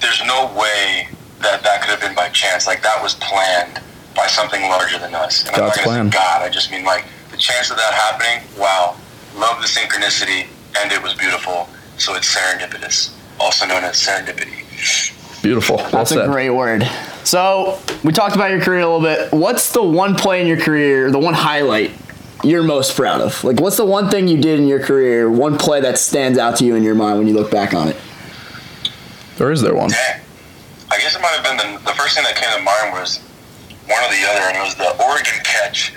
Speaker 4: "There's no way that that could have been by chance. Like that was planned by something larger than us." And
Speaker 2: God's
Speaker 4: I'm not
Speaker 2: plan.
Speaker 4: gonna say God. I just mean like the chance of that happening. Wow, love the synchronicity, and it was beautiful. So it's serendipitous, also known as serendipity.
Speaker 2: Beautiful. Well
Speaker 1: That's a
Speaker 2: said.
Speaker 1: great word. So, we talked about your career a little bit. What's the one play in your career, the one highlight you're most proud of? Like what's the one thing you did in your career, one play that stands out to you in your mind when you look back on it?
Speaker 2: Or is there one?
Speaker 4: Dang. I guess it might have been the, the first thing that came to mind was one or the other, and it was the Oregon catch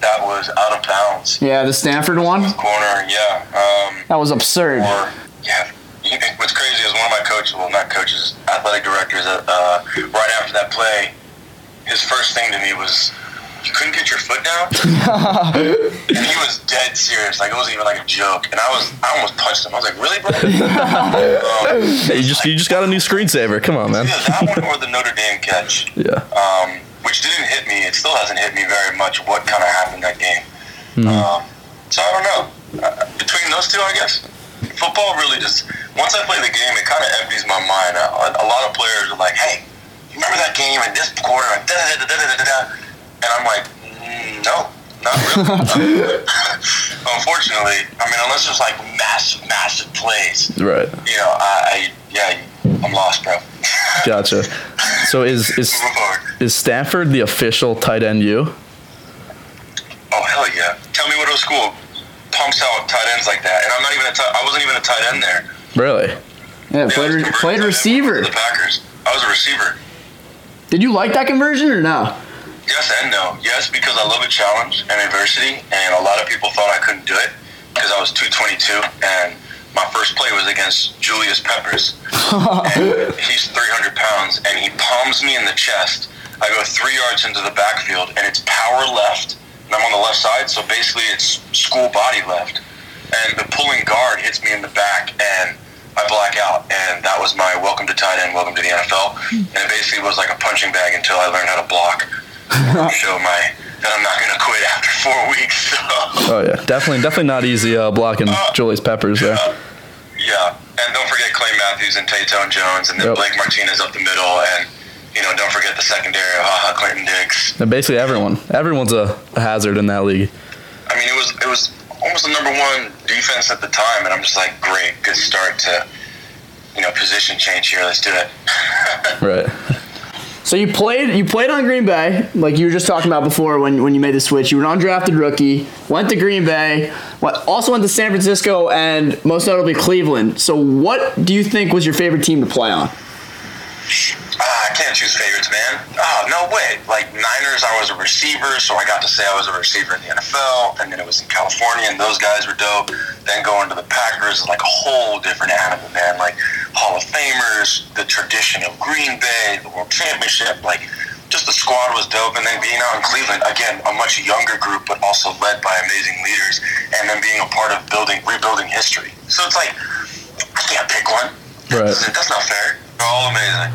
Speaker 4: that was out of bounds.
Speaker 1: Yeah, the Stanford one.
Speaker 4: Corner, yeah. Um,
Speaker 1: That was absurd.
Speaker 4: or, yeah. You- What's crazy is one of my coaches, well, not coaches, athletic directors, uh, uh, right after that play, his first thing to me was, You couldn't get your foot down? and he was dead serious. Like, it wasn't even like a joke. And I was, I almost punched him. I was like, Really, bro? um,
Speaker 2: Hey, you just you just got a new screensaver. Come on, man.
Speaker 4: either that one or the Notre Dame catch.
Speaker 2: Yeah.
Speaker 4: Um, which didn't hit me. It still hasn't hit me very much. What kind of happened that game? Um, so I don't know. Uh, between those two, I guess football really just once I play the game, it kind of empties my mind. A, a lot of players are like, "Hey, you remember that game in this quarter?" And, da, da, da, da, da, da, da. and I'm like, mm, "No, not really." Unfortunately, I mean, unless there's like massive, massive plays,
Speaker 2: Right.
Speaker 4: you know, I, I yeah, I'm lost, bro.
Speaker 2: Gotcha. So is is
Speaker 4: Move forward.
Speaker 2: is Stafford the official tight end? You?
Speaker 4: Oh hell yeah! Tell me what other school pumps out tight ends like that? And I'm not even a tight. I wasn't even a tight end there.
Speaker 2: Really?
Speaker 1: Yeah,
Speaker 4: Yeah, I was
Speaker 1: played,
Speaker 4: converted
Speaker 1: played
Speaker 4: tight end
Speaker 1: receiver.
Speaker 4: for The Packers. I was a receiver.
Speaker 1: Did you like that conversion or no?
Speaker 4: Yes and no. Yes, because I love a challenge and adversity, and a lot of people thought I couldn't do it because I was 222, and my first play was against Julius Peppers. and he's 300 pounds, and he palms me in the chest. I go three yards into the backfield, and it's power left, and I'm on the left side, so basically it's school body left. And the pulling guard hits me in the back, and I black out, and that was my welcome to tight end, welcome to the NFL. And it basically was like a punching bag until I learned how to block. show my that I'm not gonna quit after four weeks. So.
Speaker 2: Oh yeah, definitely, definitely not easy uh, blocking Julius Peppers there.
Speaker 4: Yeah, and don't forget Clay Matthews and Taytone Jones, and then
Speaker 2: Yep.
Speaker 4: Blake Martinez up the middle, and you know don't forget the secondary of Haha Clinton Dix.
Speaker 2: And basically everyone, everyone's a hazard in that league.
Speaker 4: I mean, it was it was almost the number one defense at the time, and I'm just like, great, good start to you know position change here. Let's do it.
Speaker 2: Right.
Speaker 1: So you played you played on Green Bay, like you were just talking about before when, when you made the switch. You were an undrafted rookie, went to Green Bay, went, also went to San Francisco and most notably Cleveland. So what do you think was your favorite team to play on?
Speaker 4: Ah, I can't choose favorites, man. Oh, no way. Like Niners, I was a receiver, so I got to say I was a receiver in the NFL, and then it was in California, and those guys were dope. Then going to the Packers is like a whole different animal, man. Like Hall of Famers, the tradition of Green Bay, the World Championship, like just the squad was dope. And then being out in Cleveland, again, a much younger group, but also led by amazing leaders, and then being a part of building, rebuilding history. So it's like I can't pick one.
Speaker 2: Right.
Speaker 4: That's not fair. They're all amazing.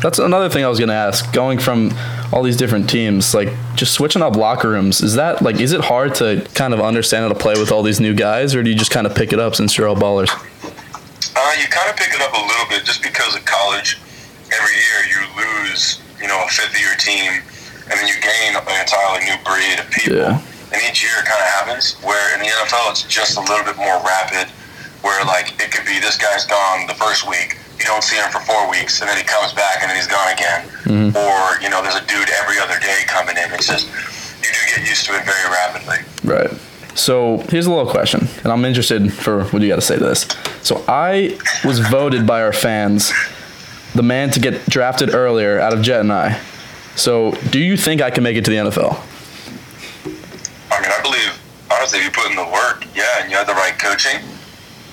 Speaker 2: That's another thing I was gonna ask. Going from all these different teams, like just switching up locker rooms, is that like is it hard to kind of understand how to play with all these new guys, or do you just kind of pick it up since you're all ballers?
Speaker 4: Uh, you kind of pick it up a little bit just because of college. Every year you lose, you know, a fifth of your team, and then you gain an entirely new breed of people.
Speaker 2: Yeah.
Speaker 4: And each year it kind of happens. Where in the NFL it's just a little bit more rapid. Where like it could be this guy's gone the first week, you don't see him for four weeks, and then he comes back and then he's gone again. Or you know, there's a dude every other day coming in. It's just you do get used to it very rapidly.
Speaker 2: Right. So here's a little question, and I'm interested for what you got to say to this. So I was voted by our fans the man to get drafted earlier out of Jet and I. So do you think I can make it to the NFL?
Speaker 4: I mean, I believe honestly, if you put in the work, yeah, and you have the right coaching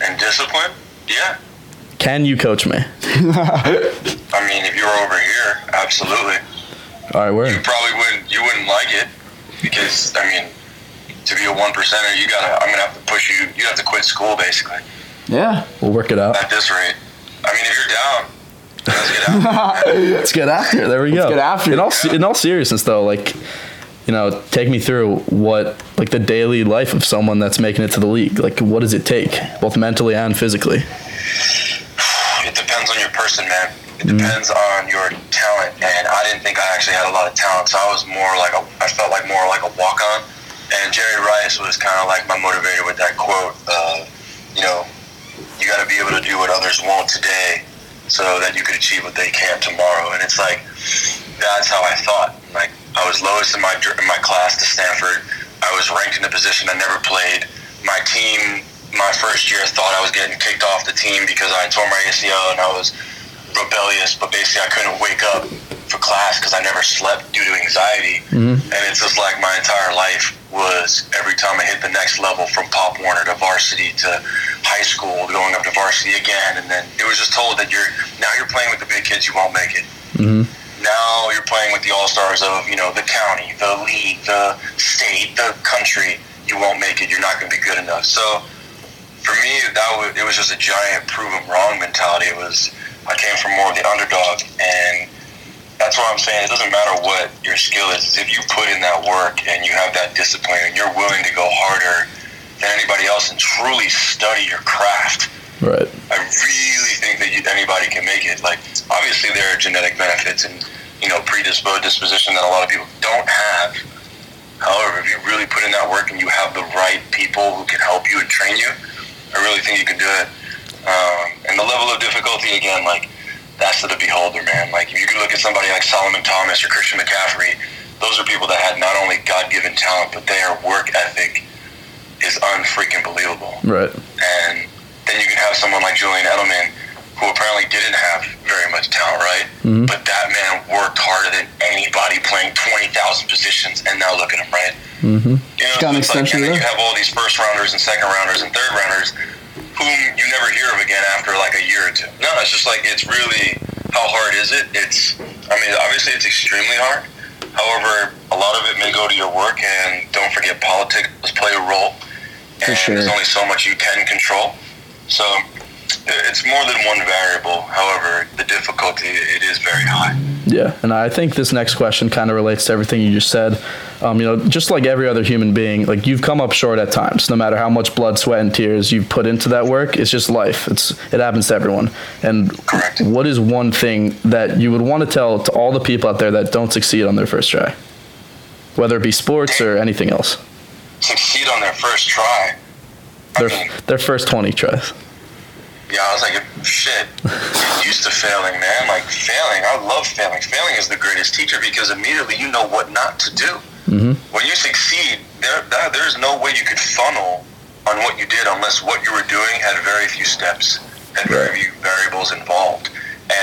Speaker 4: and discipline, yeah.
Speaker 2: Can you coach me?
Speaker 4: I mean, if you were over here, absolutely.
Speaker 2: All right, we're
Speaker 4: You
Speaker 2: in.
Speaker 4: probably wouldn't. You wouldn't like it because I mean, to be a one percenter, you gotta. I'm gonna have to push you. You have to quit school basically
Speaker 1: Yeah.
Speaker 2: We'll work it out.
Speaker 4: at this rate. I mean, if you're down, let's get out.
Speaker 2: Let's get after it. There we go.
Speaker 1: get after
Speaker 2: in
Speaker 1: it.
Speaker 2: all se- in all seriousness though, like you know, take me through what like the daily life of someone that's making it to the league. Like what does it take, both mentally and physically?
Speaker 4: It depends on your person, man. It depends on your talent, and I didn't think I actually had a lot of talent, so I was more like a, I felt like more like a walk on. And Jerry Rice was kind of like my motivator with that quote, uh, you know, you got to be able to do what others want today, so that you can achieve what they can tomorrow. And it's like that's how I thought. Like I was lowest in my dr- in my class to Stanford. I was ranked in a position I never played. My team, my first year, thought I was getting kicked off the team because I tore my ACL and I was rebellious. But basically, I couldn't wake up for class because I never slept due to anxiety. And it's just like my entire life was every time I hit the next level from Pop Warner to varsity to high school, going up to varsity again, and then it was just told that you're now you're playing with the big kids, you won't make it now you're playing with the all stars of you know the county, the league, the state, the country. You won't make it. You're not going to be good enough. So for me, that was, it was just a giant prove 'em wrong mentality. It was I came from more of the underdog, and that's what I'm saying. It doesn't matter what your skill is. If you put in that work and you have that discipline and you're willing to go harder than anybody else and truly study your craft,
Speaker 2: Right.
Speaker 4: I really think that you, anybody can make it. Like, obviously, there are genetic benefits and you know predisposed disposition that a lot of people don't have. However, if you really put in that work and you have the right people who can help you and train you, I really think you can do it. Um, and the level of difficulty, again, like that's to the beholder, man. Like if you can look at somebody like Solomon Thomas or Christian McCaffrey, those are people that had not only God-given talent, but their work ethic is unfreaking believable
Speaker 2: Right.
Speaker 4: and then you can have someone like Julian Edelman, who apparently didn't have very much talent, right? But that man worked harder than anybody, playing twenty thousand positions, and now look at him, right? You know,
Speaker 1: got an
Speaker 4: it's like-
Speaker 1: extension
Speaker 4: and
Speaker 1: there.
Speaker 4: then you have all these first rounders and second rounders and third rounders, whom you never hear of again after like a year or two. No, it's just like it's really how hard is it? It's I mean, obviously it's extremely hard. However, a lot of it may go to your work, and don't forget politics play a role.
Speaker 1: For
Speaker 4: and
Speaker 1: sure.
Speaker 4: There's only so much you can control. So it's more than one variable. However, the difficulty it is very high.
Speaker 2: Yeah, and I think this next question kind of relates to everything you just said. Um, you know, just like every other human being, like you've come up short at times. No matter how much blood, sweat, and tears you've put into that work, it's just life. It's it happens to everyone. And
Speaker 4: Correct.
Speaker 2: what is one thing that you would want to tell to all the people out there that don't succeed on their first try, whether it be sports or anything else?
Speaker 4: Succeed on their first try.
Speaker 2: Their their first twenty tries.
Speaker 4: Yeah, I was like, shit, get used to failing, man. Like, failing, I love failing. Failing is the greatest teacher because immediately you know what not to do. When you succeed, there, there- there's no way you could funnel on what you did unless what you were doing had very few steps and very
Speaker 2: Right.
Speaker 4: few variables involved.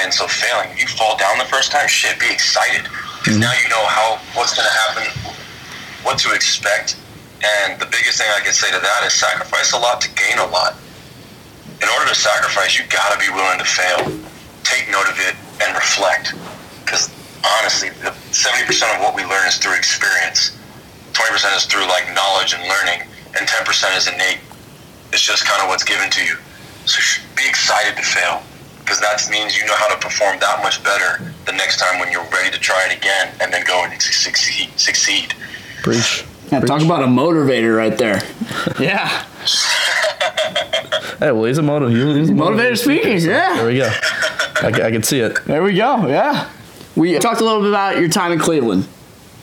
Speaker 4: And so failing, if you fall down the first time, shit, be excited. Because now you know how what's going to happen, what to expect. And the biggest thing I can say to that is sacrifice a lot to gain a lot in order to sacrifice, you gotta be willing to fail. Take note of it and reflect. Because honestly, seventy percent of what we learn is through experience. Twenty percent is through like knowledge and learning, and ten percent is innate. It's just kind of what's given to you. So sh- be excited to fail, because that means you know how to perform that much better the next time when you're ready to try it again, and then go and succeed. Succeed.
Speaker 2: Breach.
Speaker 1: Yeah, talk about a motivator right there. yeah.
Speaker 2: Hey, well, he's a motiv- he's a
Speaker 1: Motivator speaking, yeah.
Speaker 2: There we go. I, c- I can see it.
Speaker 1: There we go. Yeah. We talked a little bit about your time in Cleveland.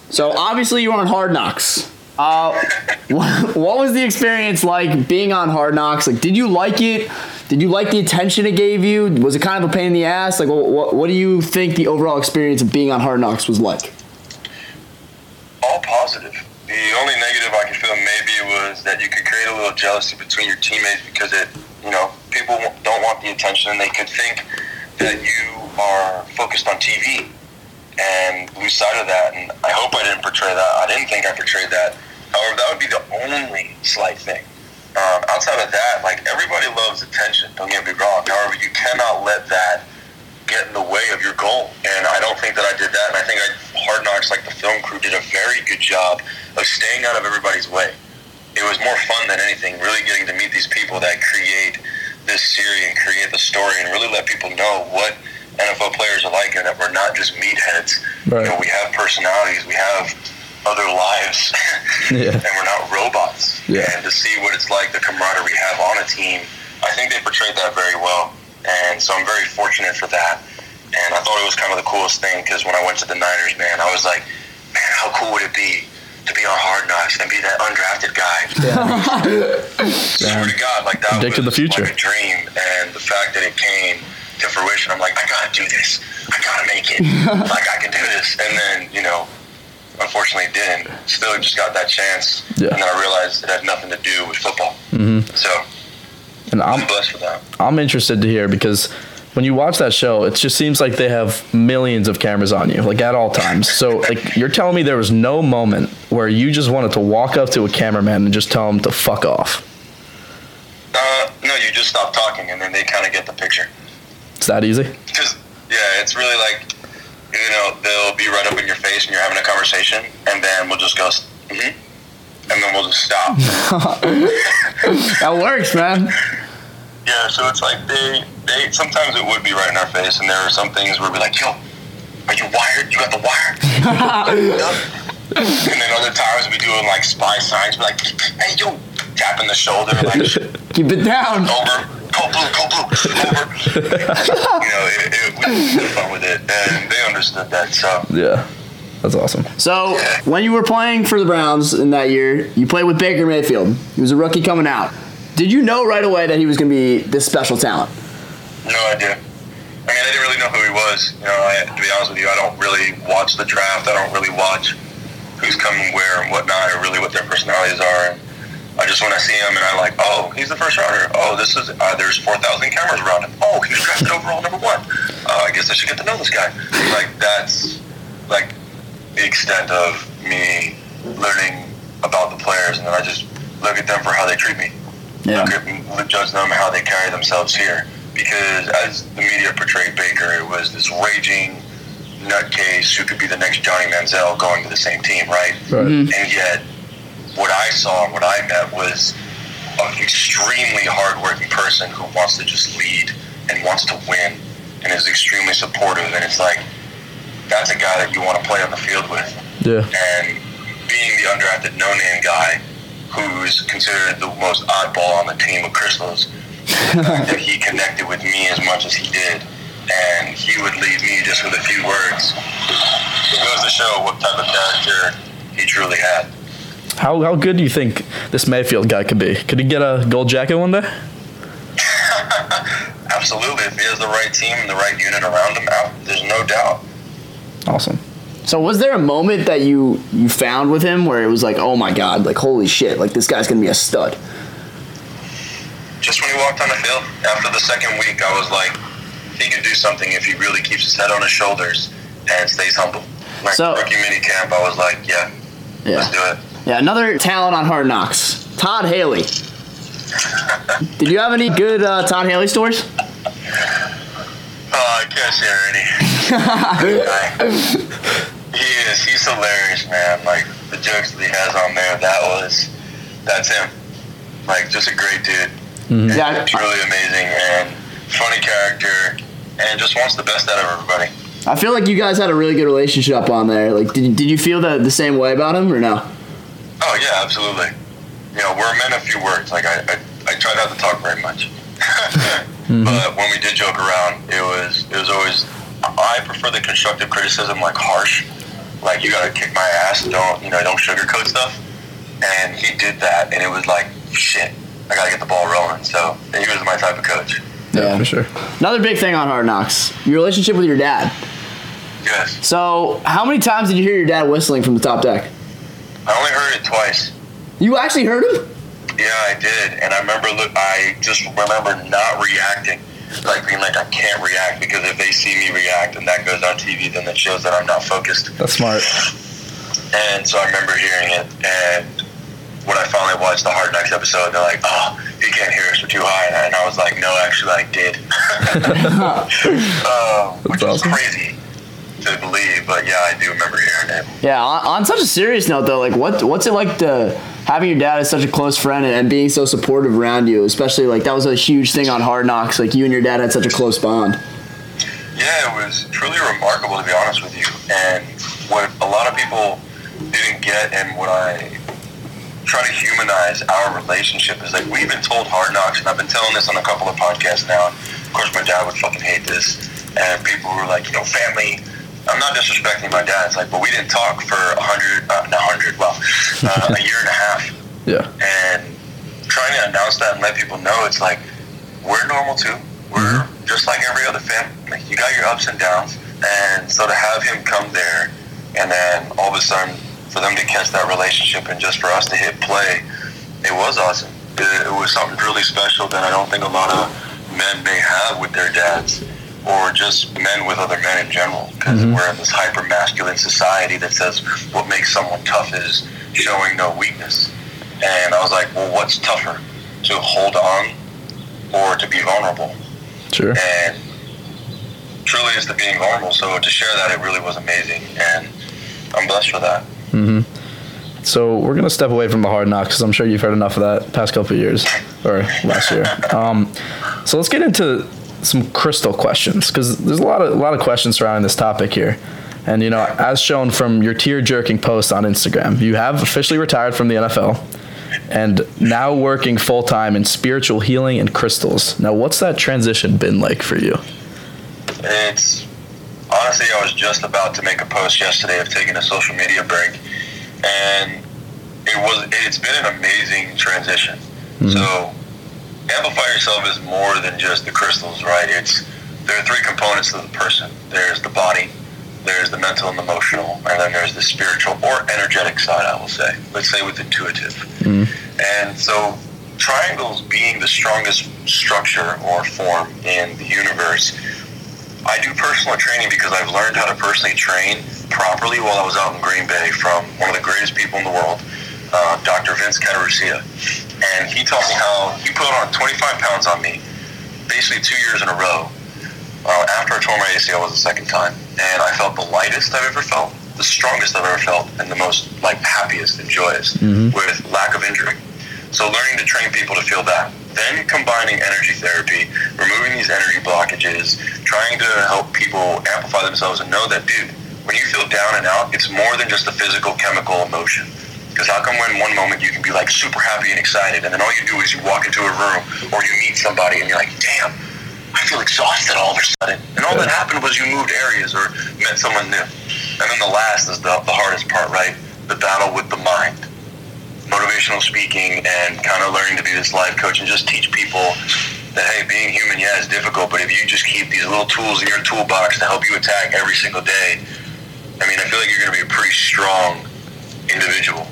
Speaker 1: So obviously you were on Hard Knocks. Uh, what, what was the experience like being on Hard Knocks? Like, did you like it? Did you like the attention it gave you? Was it kind of a pain in the ass? Like, what, what, what do you think the overall experience of being on Hard Knocks was like?
Speaker 4: all positive. The only negative I could feel maybe was that you could create a little jealousy between your teammates because it, you know, people w- don't want the attention. They could think that you are focused on TV and lose sight of that. And I hope I didn't portray that. I didn't think I portrayed that. However, that would be the only slight thing. Um, outside of that, like everybody loves attention. Don't get me wrong. However, you cannot let that get in the way of your goal. And I don't think that I did that. And I think I, Hard Knocks, like the film crew, did a very good job of staying out of everybody's way. It was more fun than anything, really getting to meet these people that create this series and create the story and really let people know what NFL players are like and that we're not just meatheads.
Speaker 2: Right.
Speaker 4: You know, we have personalities, we have other lives,
Speaker 2: Yeah.
Speaker 4: and we're not robots.
Speaker 2: Yeah.
Speaker 4: And to see what it's like, the camaraderie we have on a team, I think they portrayed that very well. And so I'm very fortunate for that. And I thought it was kind of the coolest thing because when I went to the Niners, man, I was like, man, how cool would it be to be on Hard Knocks and be that undrafted guy? Swear to God, like that
Speaker 2: Predicted the
Speaker 4: was
Speaker 2: future.
Speaker 4: like a dream. And the fact that it came to fruition, I'm like, I gotta do this. I gotta make it. like I can do this. And then, you know, unfortunately it didn't. Still just got that chance.
Speaker 2: Yeah.
Speaker 4: And then I realized it had nothing to do with football. So
Speaker 2: And
Speaker 4: I'm
Speaker 2: I'm
Speaker 4: blessed with that.
Speaker 2: I'm interested to hear because when you watch that show, it just seems like they have millions of cameras on you, like at all times. So, like, you're telling me there was no moment where you just wanted to walk up to a cameraman and just tell him to fuck off.
Speaker 4: Uh, no, you just stop talking and then they kind of get the picture.
Speaker 2: It's that easy?
Speaker 4: Because, yeah, it's really like, you know, they'll be right up in your face and you're having a conversation and then we'll just go, mm-hmm. And then we'll just stop.
Speaker 1: That works, man.
Speaker 4: Yeah, so it's like they they sometimes it would be right in our face, and there are some things where we're like, yo, Are you wired? You got the wire? Yup. and then other times we doing like spy science, like, hey yo, tapping the shoulder, like
Speaker 1: Keep it down.
Speaker 4: over, code blue, code blue, over. you know, it, it, we had fun with it, and they understood that. So
Speaker 2: Yeah, that's awesome.
Speaker 1: So when you were playing for the Browns in that year, you played with Baker Mayfield. He was a rookie coming out. Did you know right away that he was going to be this special talent?
Speaker 4: No idea. I mean, I didn't really know who he was. You know, I, to be honest with you, I don't really watch the draft. I don't really watch who's coming where and whatnot, or really what their personalities are. I just when I see him and I like, oh, he's the first rounder. Oh, this is uh, there's four thousand cameras around him. Oh, he was drafted overall number one. Uh, I guess I should get to know this guy. Like that's like the extent of me learning about the players, and then I just look at them for how they treat me look at look- judge them how they carry themselves here. Because as the media portrayed Baker, it was this raging nutcase who could be the next Johnny Manziel going to the same team, right?
Speaker 2: Right.
Speaker 1: Mm-hmm.
Speaker 4: And yet, what I saw and what I met was an extremely hardworking person who wants to just lead and wants to win and is extremely supportive. And it's like, that's a guy that you want to play on the field with
Speaker 2: Yeah.
Speaker 4: and being the undrafted no name guy who's considered the most oddball on the team with Crystals, that he connected with me as much as he did. And he would leave me just with a few words. It goes to show what type of character he truly had.
Speaker 2: How how good do you think this Mayfield guy could be? Could he get a gold jacket one day?
Speaker 4: Absolutely, if he has the right team and the right unit around him, out, there's no doubt.
Speaker 2: Awesome.
Speaker 1: So was there a moment that you you found with him where it was like, oh my god, like holy shit, like this guy's gonna be a stud?
Speaker 4: just when he walked on the field after the second week, I was like, he could do something if he really keeps his head on his shoulders and stays humble. Like
Speaker 1: So-
Speaker 4: rookie mini camp, I was like, yeah,
Speaker 1: Yeah.
Speaker 4: let's do it.
Speaker 1: Yeah, another talent on Hard Knocks, Todd Haley. Did you have any good uh, Todd Haley stories?
Speaker 4: Oh, I can't share any. he is. He's hilarious, man. Like the jokes that he has on there, that was, that's him. Like just a great dude.
Speaker 1: Yeah, I-
Speaker 4: Truly amazing and funny character, and just wants the best out of everybody.
Speaker 1: I feel like you guys had a really good relationship on there. Like, did you, did you feel the, the same way about him or no?
Speaker 4: Oh yeah, absolutely. You know, we're men of few words. Like I, I, I try not to talk very much, but when we did joke around, it was it was always. I prefer the constructive criticism, like harsh, like you gotta kick my ass. Don't you know? Don't sugarcoat stuff. And he did that, and it was like shit. I gotta get the ball rolling. So he was my type of coach.
Speaker 1: Yeah.
Speaker 2: for sure.
Speaker 1: Another big thing on Hard Knocks, your relationship with your dad.
Speaker 4: Yes,
Speaker 1: So, how many times did you hear your dad whistling from the top deck?
Speaker 4: I only heard it twice.
Speaker 1: You actually heard him?
Speaker 4: Yeah, I did, and I remember. Look, I just remember not reacting, like being like, I can't react because if they see me react and that goes on TV, then it shows that I'm not focused.
Speaker 2: That's smart.
Speaker 4: And so I remember hearing it, and when I finally watched the Hard Knocks episode, they're like, "Oh, you can't hear us, we're too high," and I was like, "No, actually, I did," uh, which
Speaker 2: That's
Speaker 4: was
Speaker 2: awesome.
Speaker 4: crazy to believe, but yeah, I do remember hearing it.
Speaker 1: Yeah. On, on such a serious note, though, like, what what's it like to having your dad as such a close friend and, and being so supportive around you? Especially like that was a huge thing on Hard Knocks. Like you and your dad had such a close bond.
Speaker 4: Yeah, it was truly remarkable to be honest with you. And what a lot of people didn't get and what I try to humanize our relationship is like we've been told hard knocks and I've been telling this on a couple of podcasts now. Of course my dad would fucking hate this and people were like, you know, family I'm not disrespecting my dad, it's like, but we didn't talk for a hundred uh, not hundred, well, uh, a year and a half
Speaker 2: Yeah.
Speaker 4: and trying to announce that and let people know it's like we're normal too. We're just like every other family. You got your ups and downs, and so to have him come there, and then all of a sudden for them to catch that relationship and just for us to hit play, it was awesome. It, it was something really special that I don't think a lot of men may have with their dads. Or just men with other men in general, because we're in this hyper masculine society that says what makes someone tough is showing no weakness. And I was like, well, what's tougher, to hold on or to be vulnerable?
Speaker 2: Sure.
Speaker 4: And truly, it's the being vulnerable. So to share that, it really was amazing, and I'm blessed for that.
Speaker 2: So we're gonna step away from the hard knocks because I'm sure you've heard enough of that past couple of years or last year. Um, so let's get into some crystal questions because there's a lot of a lot of questions surrounding this topic here. And you know, as shown from your tear jerking post on Instagram, you have officially retired from the NFL and now working full time in spiritual healing and crystals. Now, what's that transition been like for you?
Speaker 4: It's honestly, I was just about to make a post yesterday of taking a social media break, and it was it's been an amazing transition. So, amplify yourself is more than just the crystals, right? It's there are three components to the person. There's the body, there's the mental and emotional, and then there's the spiritual or energetic side. I will say, let's say with intuitive, and so triangles being the strongest structure or form in the universe I do personal training because I've learned how to personally train properly while I was out in Green Bay from one of the greatest people in the world, uh, Dr. Vince Catarucia. And he taught me how he put on 25 pounds on me, basically two years in a row. Uh, after I tore my ACL was the second time, and I felt the lightest I've ever felt, the strongest I've ever felt, and the most like happiest and joyous with lack of injury. So learning to train people to feel that. Then combining energy therapy, removing these energy blockages, trying to help people amplify themselves and know that, dude, when you feel down and out, it's more than just a physical, chemical emotion. Because how come when one moment you can be like super happy and excited, and then all you do is you walk into a room or you meet somebody and you're like, damn, I feel exhausted all of a sudden. And all that happened was you moved areas or met someone new. And then the last is the, the hardest part, right? The battle with the mind motivational speaking and kind of learning to be this life coach and just teach people that hey, being human, yeah, is difficult, but if you just keep these little tools in your toolbox to help you attack every single day, I mean, I feel like you're going to be a pretty strong individual,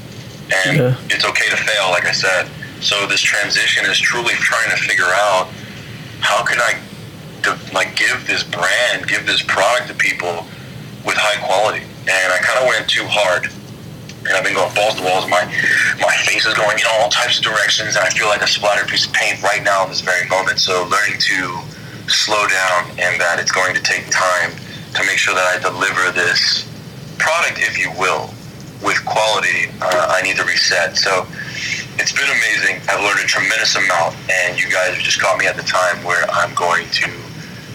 Speaker 4: and
Speaker 2: Yeah.
Speaker 4: it's okay to fail, like I said. So this transition is truly trying to figure out how can I de- like give this brand, give this product to people with high quality, and I kind of went too hard and I've been going balls to walls. My my face is going in all types of directions, and I feel like a splattered piece of paint right now in this very moment. So learning to slow down, and that it's going to take time to make sure that I deliver this product, if you will, with quality. Uh, I need to reset. So it's been amazing. I've learned a tremendous amount, and you guys just caught me at the time where I'm going to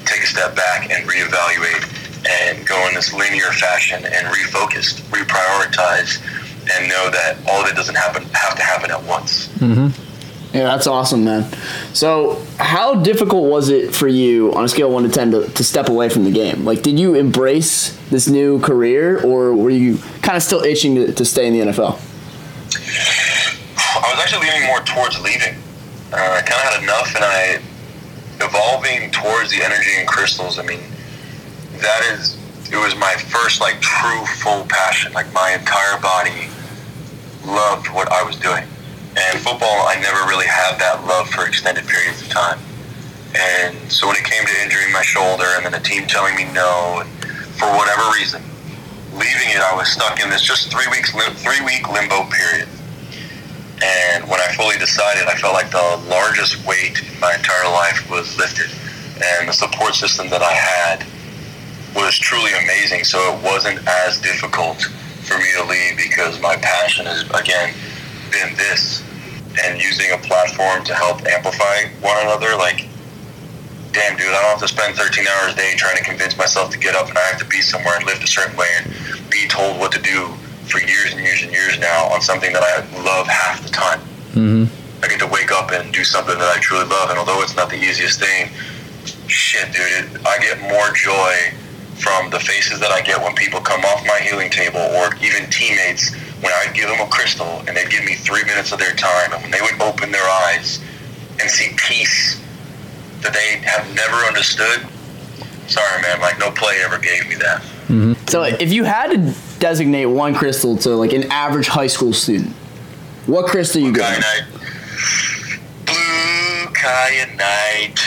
Speaker 4: take a step back and reevaluate and go in this linear fashion and refocus, reprioritize, and know that all of it doesn't happen have to happen at once.
Speaker 1: Yeah, that's awesome, man. So, how difficult was it for you on a scale of one to ten to, to step away from the game? Like, did you embrace this new career, or were you kind of still itching to, to stay in the NFL?
Speaker 4: I was actually leaning more towards leaving. Uh, I kind of had enough, and I evolving towards the energy and crystals. I mean, that is it was my first like true full passion. Like my entire body loved what I was doing, and football I never really had that love for extended periods of time. And so when it came to injuring my shoulder, and then the team telling me no, and for whatever reason, leaving it, I was stuck in this just three weeks lim- three week limbo period. And when I fully decided, I felt like the largest weight in my entire life was lifted. And the support system that I had was truly amazing. So it wasn't as difficult for me to leave because my passion has, again, been this. And using a platform to help amplify one another, like, damn, dude, I don't have to spend 13 hours a day trying to convince myself to get up and I have to be somewhere and live a certain way and be told what to do for years and years and years now on something that I love half the time. I get to wake up and do something that I truly love, and although it's not the easiest thing, shit, dude, it, I get more joy from the faces that I get when people come off my healing table or even teammates when I give them a crystal and they'd give me three minutes of their time, and when they would open their eyes and see peace that they have never understood. Sorry, man, like no play ever gave me that.
Speaker 1: So, like, if you had to designate one crystal to like an average high school student, what crystal you
Speaker 4: Kyanite.
Speaker 1: got?
Speaker 4: Blue kyanite.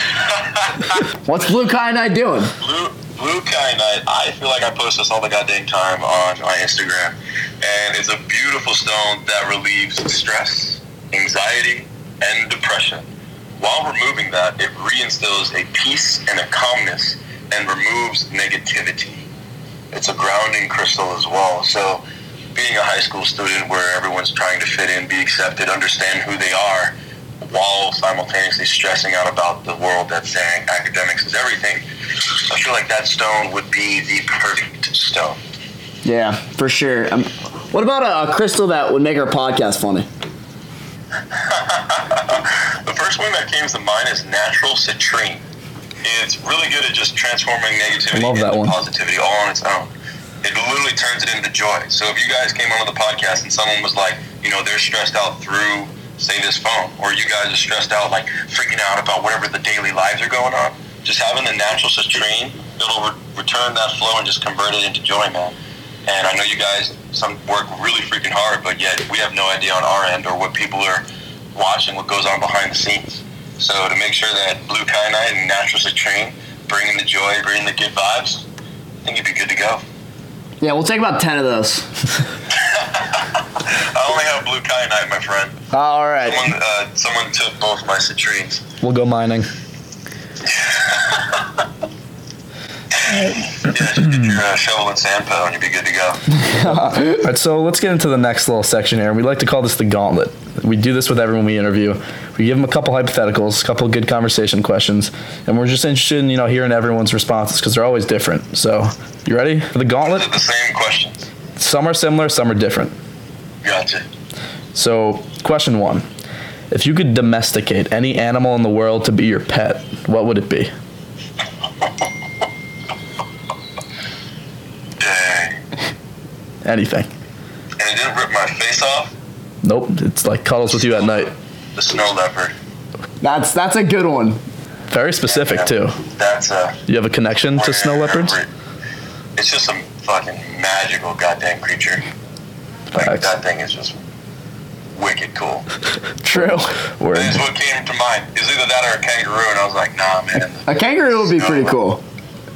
Speaker 1: What's blue kyanite doing?
Speaker 4: blue, blue kyanite. I feel like I post this all the goddamn time on my Instagram, and it's a beautiful stone that relieves stress, anxiety, and depression. While removing that, it reinstills a peace and a calmness, and removes negativity it's a grounding crystal as well. So being a high school student where everyone's trying to fit in, be accepted, understand who they are, while simultaneously stressing out about the world that's saying academics is everything, I feel like that stone would be the perfect stone.
Speaker 1: Yeah, for sure. Um, what about a, a crystal that would make our podcast funny?
Speaker 4: the first one that came to mind is natural citrine. It's really good at just transforming negativity
Speaker 2: Love that
Speaker 4: into
Speaker 2: one.
Speaker 4: positivity all on its own. It literally turns it into joy. So if you guys came onto the podcast and someone was like, you know, they're stressed out through, say, this phone, or you guys are stressed out, like freaking out about whatever the daily lives are going on, just having the natural citrine, it'll re- return that flow and just convert it into joy, man. And I know you guys some work really freaking hard, but yet we have no idea on our end or what people are watching, what goes on behind the scenes. So to make sure that Blue Kyanite and Natural Citrine bringing the joy, bringing the good vibes, I think you'd be good to go.
Speaker 1: Yeah, we'll take about 10 of those.
Speaker 4: I only have Blue Kyanite, my friend.
Speaker 1: All right.
Speaker 4: Someone, uh, someone took both my citrines.
Speaker 2: We'll go mining.
Speaker 4: Yeah, just get your uh, shovel and sand pile and you'd be good to go.
Speaker 2: All right, so let's get into the next little section here. We like to call this the gauntlet. We do this with everyone we interview. We give them a couple hypotheticals, a couple good conversation questions, and we're just interested in you know hearing everyone's responses because they're always different. So, you ready for the
Speaker 4: Is
Speaker 2: gauntlet?
Speaker 4: it the same question?
Speaker 2: Some are similar, some are different.
Speaker 4: Gotcha.
Speaker 2: So, question one: If you could domesticate any animal in the world to be your pet, what would it be?
Speaker 4: Dang.
Speaker 2: Anything?
Speaker 4: And it didn't rip my face off?
Speaker 2: Nope. It's like cuddles with you at night.
Speaker 4: The snow leopard.
Speaker 1: That's that's a good one.
Speaker 2: Very specific too.
Speaker 4: That's uh,
Speaker 2: You have a connection to snow leopards?
Speaker 4: It's just some fucking magical goddamn creature. Like,
Speaker 2: Facts.
Speaker 4: that thing is just wicked cool.
Speaker 1: True.
Speaker 2: We're
Speaker 4: That's
Speaker 2: in-
Speaker 4: what came to mind. It was either that or a kangaroo, and I was like, nah, man.
Speaker 1: A kangaroo would be pretty cool.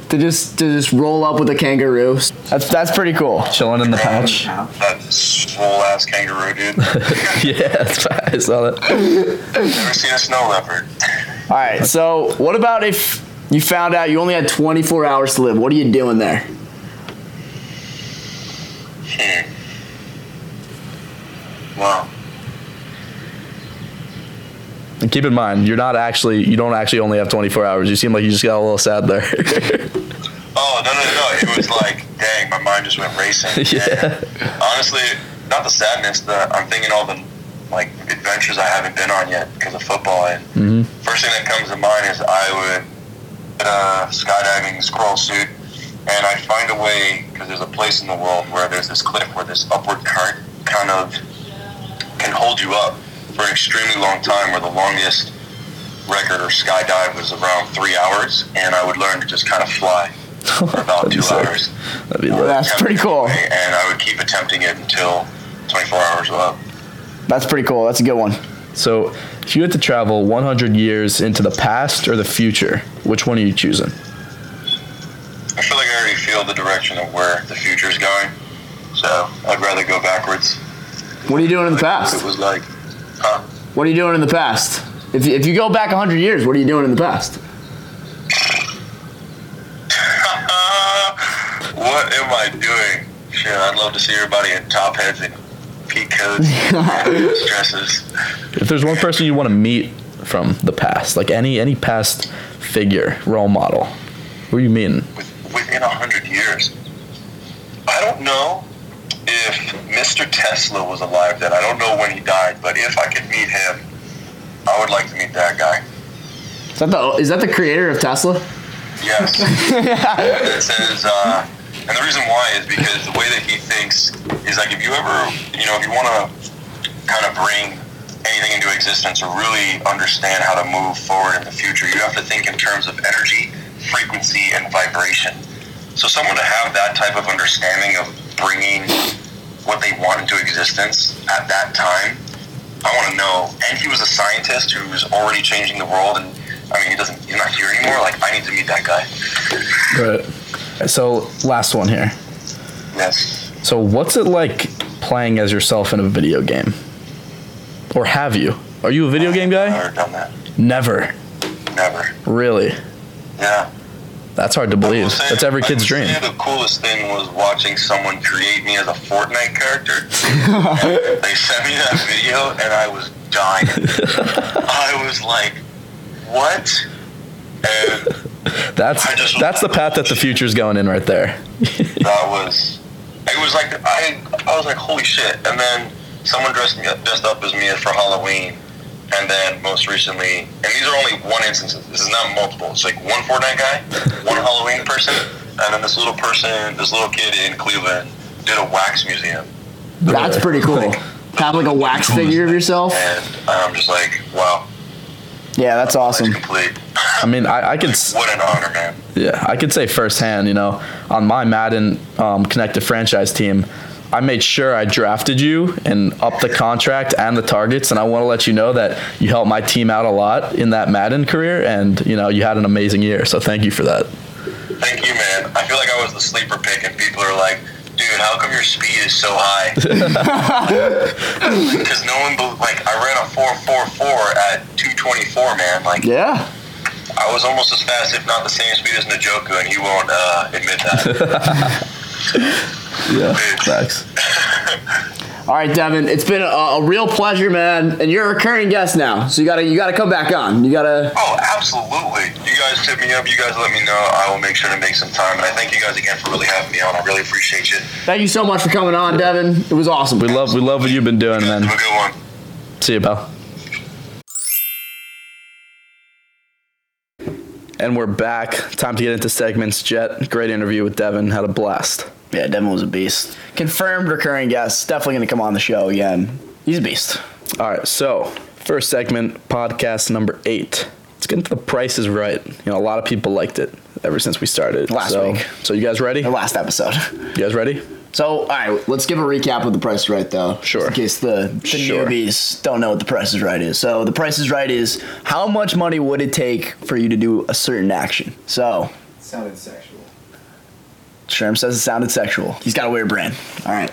Speaker 1: To just to just roll up with a kangaroo. That's that's pretty cool.
Speaker 2: chilling in the pouch.
Speaker 4: That swole ass kangaroo, dude.
Speaker 2: yeah, that's right. I saw that.
Speaker 4: Never seen a snow leopard.
Speaker 1: All right. So, what about if you found out you only had 24 hours to live? What are you doing there?
Speaker 4: Hmm. Wow.
Speaker 2: And keep in mind, you're not actually, you don't actually only have 24 hours. You seem like you just got a little sad there.
Speaker 4: Oh, no, no, no. It was like, dang, my mind just went racing.
Speaker 2: yeah.
Speaker 4: honestly, not the sadness. The I'm thinking all the like adventures I haven't been on yet because of football. And
Speaker 2: Mm-hmm.
Speaker 4: first thing that comes to mind is I would uh, skydiving squirrel suit, and I find a way because there's a place in the world where there's this cliff where this upward current kind of can hold you up for an extremely long time. Where the longest record or skydive was around three hours, and I would learn to just kind of fly for about
Speaker 2: That'd be
Speaker 4: two
Speaker 2: sick.
Speaker 4: hours.
Speaker 2: That'd be lit.
Speaker 1: That's pretty cool.
Speaker 4: And I would keep attempting it until 24 hours were up.
Speaker 1: That's pretty cool. That's a good one.
Speaker 2: So, if you had to travel 100 years into the past or the future, which one are you choosing?
Speaker 4: I feel like I already feel the direction of where the future is going. So I'd rather go backwards.
Speaker 1: What are you doing in the
Speaker 4: What it
Speaker 1: past?
Speaker 4: was like, uh, huh?
Speaker 1: What are you doing in the past? If you, if you go back 100 years, what are you doing in the past?
Speaker 4: uh, what am I doing? Shit, I'd love to see everybody in top heads and peak coats and dresses.
Speaker 2: If there's one person you want to meet from the past, like any any past figure, role model, who are you meeting?
Speaker 4: with, within a hundred years. I don't know if Mr. Tesla was alive then. I don't know when he died, but if I could meet him, I would like to meet that guy.
Speaker 1: Is that the is that the creator of Tesla?
Speaker 4: Yes. it says, uh, and the reason why is because the way that he thinks is like if you ever, you know, if you want to kind of bring anything into existence or really understand how to move forward in the future, you have to think in terms of energy, frequency, and vibration. So someone to have that type of understanding of bringing what they want into existence at that time I want to know. And he was a scientist who was already changing the world. And I mean, he doesn't. He's not here anymore. Like I need to meet that guy.
Speaker 2: Right. So, last one here.
Speaker 4: Yes.
Speaker 2: So, what's it like playing as yourself in a video game? Or have you? Are you a video game guy?
Speaker 4: Never done that.
Speaker 2: Never.
Speaker 4: Never.
Speaker 2: Really?
Speaker 4: Yeah.
Speaker 2: That's hard to
Speaker 4: I will
Speaker 2: believe.
Speaker 4: say-
Speaker 2: That's every
Speaker 4: I
Speaker 2: kid's
Speaker 4: will
Speaker 2: dream.
Speaker 4: say The coolest thing was watching someone create me as a Fortnite character. And they sent me that video, and I was dying. I was like, "What?" And
Speaker 2: That's
Speaker 4: I just-
Speaker 2: that's the path that the future's going in right there.
Speaker 4: that was. I it was like I I was like holy shit, and then someone dressed me up, dressed up as me for Halloween, and then most recently, and these are only one instance. This is not multiple. It's like one Fortnite guy, one Halloween person, and then this little person, this little kid in Cleveland did a wax museum,
Speaker 1: That's pretty cool. Have like a wax figure of yourself.
Speaker 4: and I'm just like wow,
Speaker 1: Yeah, that's awesome.
Speaker 4: complete.
Speaker 2: I mean, I, I could. s-
Speaker 4: What an honor, man.
Speaker 2: Yeah, I could say firsthand, you know, on my Madden um, Connected franchise team, I made sure I drafted you and up the contract and the targets. And I want to let you know that you helped my team out a lot in that Madden career. And, you know, you had an amazing year. So thank you for that.
Speaker 4: Thank you, man. I feel like I was the sleeper pick, and people are like, "Dude, how come your speed is so high?" Because no one bel like I ran a four four four at two twenty four, man. Like
Speaker 1: Yeah.
Speaker 4: I was almost as fast, if not the same speed as Najoku, and he won't uh, admit that.
Speaker 2: Yeah, thanks.
Speaker 1: All right, Devin. It's been a, a real pleasure, man. And you're a recurring guest now, so you gotta you gotta come back on. You gotta.
Speaker 4: oh, absolutely. You guys hit me up. You guys let me know. I will make sure to make some time. And I thank you guys again for really having me on. I really appreciate you.
Speaker 1: Thank you so much for coming on, Devin. It was awesome.
Speaker 2: We love, we love what you've been doing,
Speaker 4: Have
Speaker 2: man.
Speaker 4: a good one.
Speaker 2: See you, pal. And we're back. Time to get into segments. Jet, great interview with Devin. Had a blast.
Speaker 1: Yeah, Devin was a beast. Confirmed recurring guest. Definitely gonna come on the show again. He's a beast.
Speaker 2: All right, so first segment, podcast number eight. Let's get into the Price is Right. You know, a lot of people liked it ever since we started
Speaker 1: Last
Speaker 2: so,
Speaker 1: week.
Speaker 2: So you guys ready?
Speaker 1: The
Speaker 2: You
Speaker 1: last episode.
Speaker 2: guys ready?
Speaker 1: So, all right, let's give a recap of the Price is Right, though.
Speaker 2: Sure.
Speaker 1: In case the, the
Speaker 2: Sure.
Speaker 1: newbies don't know what the Price is Right is. So, the Price is Right is how much money would it take for you to do a certain action? So,
Speaker 3: sounded sexual.
Speaker 1: Sherm says it sounded sexual. He's got a weird brand. All right,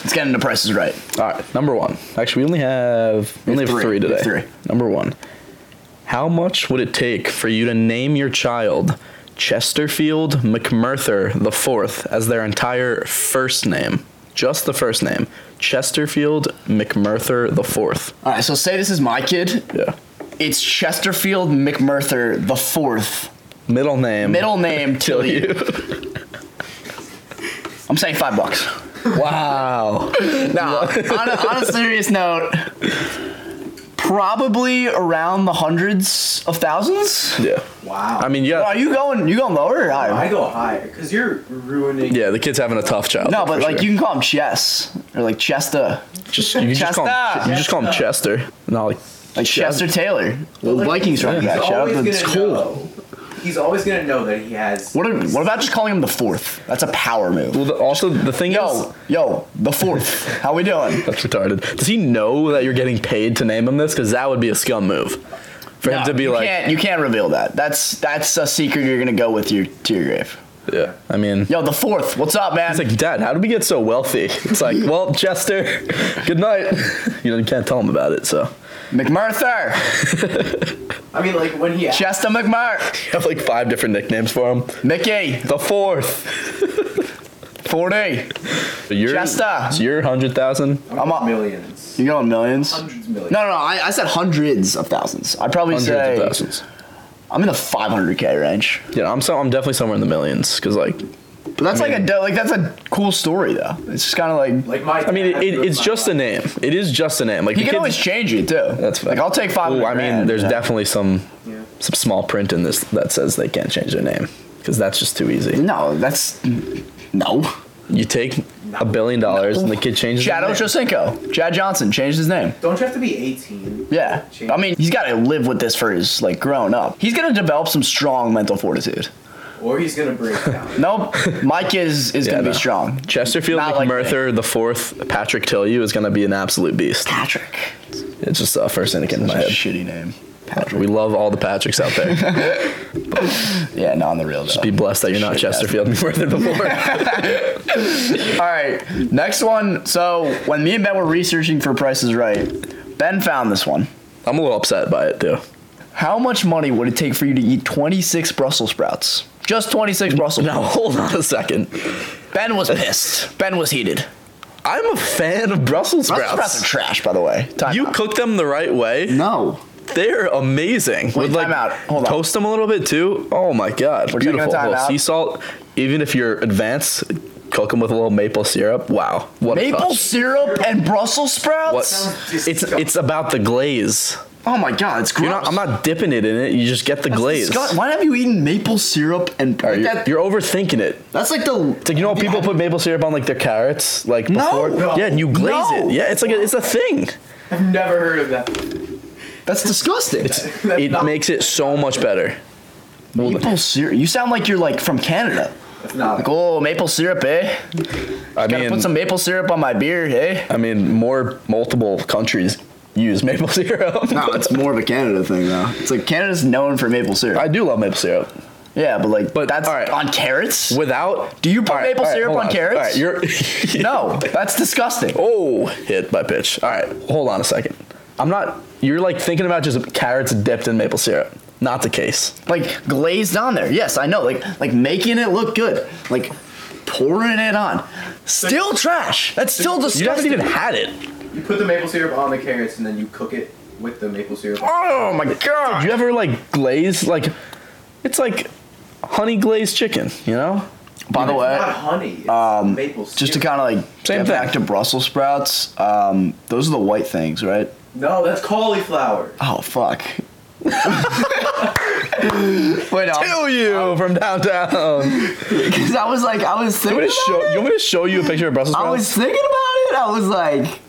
Speaker 1: let's get into Price is Right.
Speaker 2: All right, number one. Actually, we only have
Speaker 1: We
Speaker 2: we only
Speaker 1: have
Speaker 2: have three,
Speaker 1: three. We
Speaker 2: today.
Speaker 1: have three.
Speaker 2: Number one. How much would it take for you to name your child Chesterfield McMurther the Fourth as their entire first name? Just the first name, Chesterfield McMurther the Fourth.
Speaker 1: All right, so say this is my kid.
Speaker 2: Yeah.
Speaker 1: It's Chesterfield McMurther the fourth.
Speaker 2: Middle name.
Speaker 1: Middle name
Speaker 2: Kill
Speaker 1: till you.
Speaker 2: you.
Speaker 1: I'm saying five bucks.
Speaker 2: Wow.
Speaker 1: Now, on, a, on a serious note, probably around the hundreds of thousands.
Speaker 2: Yeah.
Speaker 3: Wow.
Speaker 2: I mean, yeah.
Speaker 1: Are you going? You going lower or
Speaker 3: I
Speaker 1: higher?
Speaker 3: go higher because you're ruining.
Speaker 2: Yeah, the kid's having a tough job.
Speaker 1: No, but
Speaker 2: for
Speaker 1: like
Speaker 2: sure.
Speaker 1: you can call him Chess or like Chesta,
Speaker 2: just, you can just call him,
Speaker 1: Chester!
Speaker 2: you just call him Chester. No, like,
Speaker 1: like Chester Taylor, the Vikings running
Speaker 3: He's
Speaker 1: back. Shout out
Speaker 3: always
Speaker 1: to
Speaker 3: gonna
Speaker 1: it's cool.
Speaker 3: know. He's always gonna know that he has.
Speaker 1: What, a- what about just calling him the fourth? That's a power move.
Speaker 2: well, the, also the thing
Speaker 1: Yo,
Speaker 2: is,
Speaker 1: yo, the fourth. How we doing?
Speaker 2: that's retarded. Does he know that you're getting paid to name him this? Because that would be a scum move for him
Speaker 1: No,
Speaker 2: to be
Speaker 1: you
Speaker 2: like,
Speaker 1: can't, you can't reveal that. That's that's a secret you're gonna go with your to your grave.
Speaker 2: yeah. I mean,
Speaker 1: Yo, the fourth. What's up, man?
Speaker 2: it's like, Dad, how did we get so wealthy? It's like, well, Chester, good night. You know, you can't tell him about it. So
Speaker 1: McMurther,
Speaker 3: I mean, like when he asked,
Speaker 1: Chester McMurther,
Speaker 2: you have like five different nicknames for him.
Speaker 1: Mickey,
Speaker 2: The fourth,
Speaker 1: forty.
Speaker 2: you're
Speaker 1: Chester.
Speaker 2: You're hundred thousand.
Speaker 1: I'm up.
Speaker 3: millions,
Speaker 1: You going millions?
Speaker 3: hundreds, of millions.
Speaker 1: No, no, no. I, I said hundreds of thousands. I probably
Speaker 2: Hundreds
Speaker 1: say
Speaker 2: of thousands.
Speaker 1: I'm in the 500k range.
Speaker 2: Yeah, I'm so I'm definitely somewhere in the millions because like
Speaker 1: But that's like a do- like that's a cool story though. It's just kind of like
Speaker 3: Like my.
Speaker 2: I mean it, it, it's just a name. It is just a name. Like
Speaker 1: you can
Speaker 2: the kids-
Speaker 1: always change it too.
Speaker 2: That's fine.
Speaker 1: like I'll take five.
Speaker 2: Ooh, I mean, there's
Speaker 1: yeah.
Speaker 2: definitely some
Speaker 3: Yeah.
Speaker 2: some small print in this that says they can't change their name because that's just too easy.
Speaker 1: no. That's no.
Speaker 2: You take a billion dollars and the kid changes.
Speaker 1: Chad
Speaker 2: their name.
Speaker 1: Ochocinco, Chad Johnson changed his name.
Speaker 3: Don't you have to be 18?
Speaker 1: Yeah,
Speaker 3: Change-
Speaker 1: I mean, he's got to live with this for his like growing up. He's gonna develop some strong mental fortitude.
Speaker 3: Or he's gonna break down.
Speaker 1: Nope, Mike is is
Speaker 2: Yeah,
Speaker 1: gonna
Speaker 2: no.
Speaker 1: be strong.
Speaker 2: Chesterfield
Speaker 1: Not like
Speaker 2: McMurther the fourth, Patrick Tillieu is going to be an absolute beast.
Speaker 1: Patrick.
Speaker 2: It's just the first thing that came to my
Speaker 1: Such a shitty
Speaker 2: head.
Speaker 1: name.
Speaker 2: We love all the Patricks out there.
Speaker 1: Yeah, not on the real. Though.
Speaker 2: Be blessed that you're not
Speaker 1: Shit, that's-
Speaker 2: Chesterfield McMurther the fourth.
Speaker 1: All right, next one. So when me and Ben were researching for Price is Right, Ben found this one.
Speaker 2: I'm a little upset by it too.
Speaker 1: How much money would it take for you to eat 26 Brussels sprouts? Just 26 Brussels.
Speaker 2: Now hold on a second.
Speaker 1: Ben was pissed. Ben was heated.
Speaker 2: I'm a fan of
Speaker 1: Brussels
Speaker 2: Brussels sprouts.
Speaker 1: sprouts are trash, by the way. Time
Speaker 2: You
Speaker 1: out.
Speaker 2: cook them the right way.
Speaker 1: No.
Speaker 2: They're amazing.
Speaker 1: Wait, time out. Hold on.
Speaker 2: Toast them a little bit too. Oh my god,
Speaker 1: We're taking a
Speaker 2: beautiful.
Speaker 1: time
Speaker 2: Little
Speaker 1: out.
Speaker 2: sea salt. Even if you're advanced, cook them with a little maple syrup. Wow, what a
Speaker 1: Maple
Speaker 2: touch.
Speaker 1: syrup and Brussels sprouts.
Speaker 2: What? It's it's about the glaze.
Speaker 1: Oh my god, it's gross.
Speaker 2: You're not, I'm not dipping it in it. You just get the glaze.
Speaker 1: Disgust- Why have you eaten maple syrup and
Speaker 2: All right, you're,
Speaker 1: That-
Speaker 2: you're overthinking it.
Speaker 1: That's like the
Speaker 2: It's like you know how people put maple syrup on like their carrots, like
Speaker 1: No.
Speaker 2: before.
Speaker 1: No.
Speaker 2: Yeah, and you glaze
Speaker 1: No.
Speaker 2: it. Yeah, it's like a, it's a thing.
Speaker 3: I've never heard of that.
Speaker 1: that's disgusting.
Speaker 3: That's
Speaker 2: It
Speaker 3: not,
Speaker 2: makes it so much better.
Speaker 1: maple syrup. You sound like you're like from Canada.
Speaker 3: That's not.
Speaker 1: Like oh maple syrup, eh?
Speaker 2: I
Speaker 1: Gotta
Speaker 2: mean,
Speaker 1: put some maple syrup on my beer, eh?
Speaker 2: I mean, more multiple countries use maple syrup.
Speaker 1: No, it's more of a Canada thing though. It's like Canada's known for maple syrup.
Speaker 2: I do love maple syrup.
Speaker 1: yeah, but like
Speaker 2: But,
Speaker 1: that's
Speaker 2: alright.
Speaker 1: on carrots.
Speaker 2: Without
Speaker 1: Do you put
Speaker 2: Alright,
Speaker 1: maple
Speaker 2: alright,
Speaker 1: syrup
Speaker 2: hold
Speaker 1: on carrots?
Speaker 2: Alright, you're
Speaker 1: no, that's disgusting.
Speaker 2: Oh, hit by pitch. All right, hold on a second. I'm not. You're like thinking about just carrots dipped in maple syrup. Not the case.
Speaker 1: Like glazed on there. Yes, I know. Like like making it look good. Like pouring it on. Still trash. That's still
Speaker 2: You haven't
Speaker 1: disgusting.
Speaker 2: even had it.
Speaker 3: You put the maple syrup on the carrots and then you cook it with the maple syrup.
Speaker 1: Oh my
Speaker 2: You
Speaker 1: god.
Speaker 2: ever like glaze like? It's like honey glazed chicken. You know.
Speaker 1: By the
Speaker 3: It's
Speaker 1: way,
Speaker 3: not honey. It's
Speaker 1: um,
Speaker 3: maple syrup.
Speaker 1: just to kind of like
Speaker 2: Same
Speaker 1: get
Speaker 2: thing.
Speaker 1: back to Brussels sprouts. Um, those are the white things, right?
Speaker 3: No, that's cauliflower.
Speaker 1: Oh fuck. Wait, no,
Speaker 2: Kill you from downtown. you,
Speaker 1: because I was like, I was thinking.
Speaker 2: want me to
Speaker 1: About
Speaker 2: show, you want me to show you a picture of Brussels
Speaker 1: I
Speaker 2: sprouts?
Speaker 1: was thinking about it. I was like,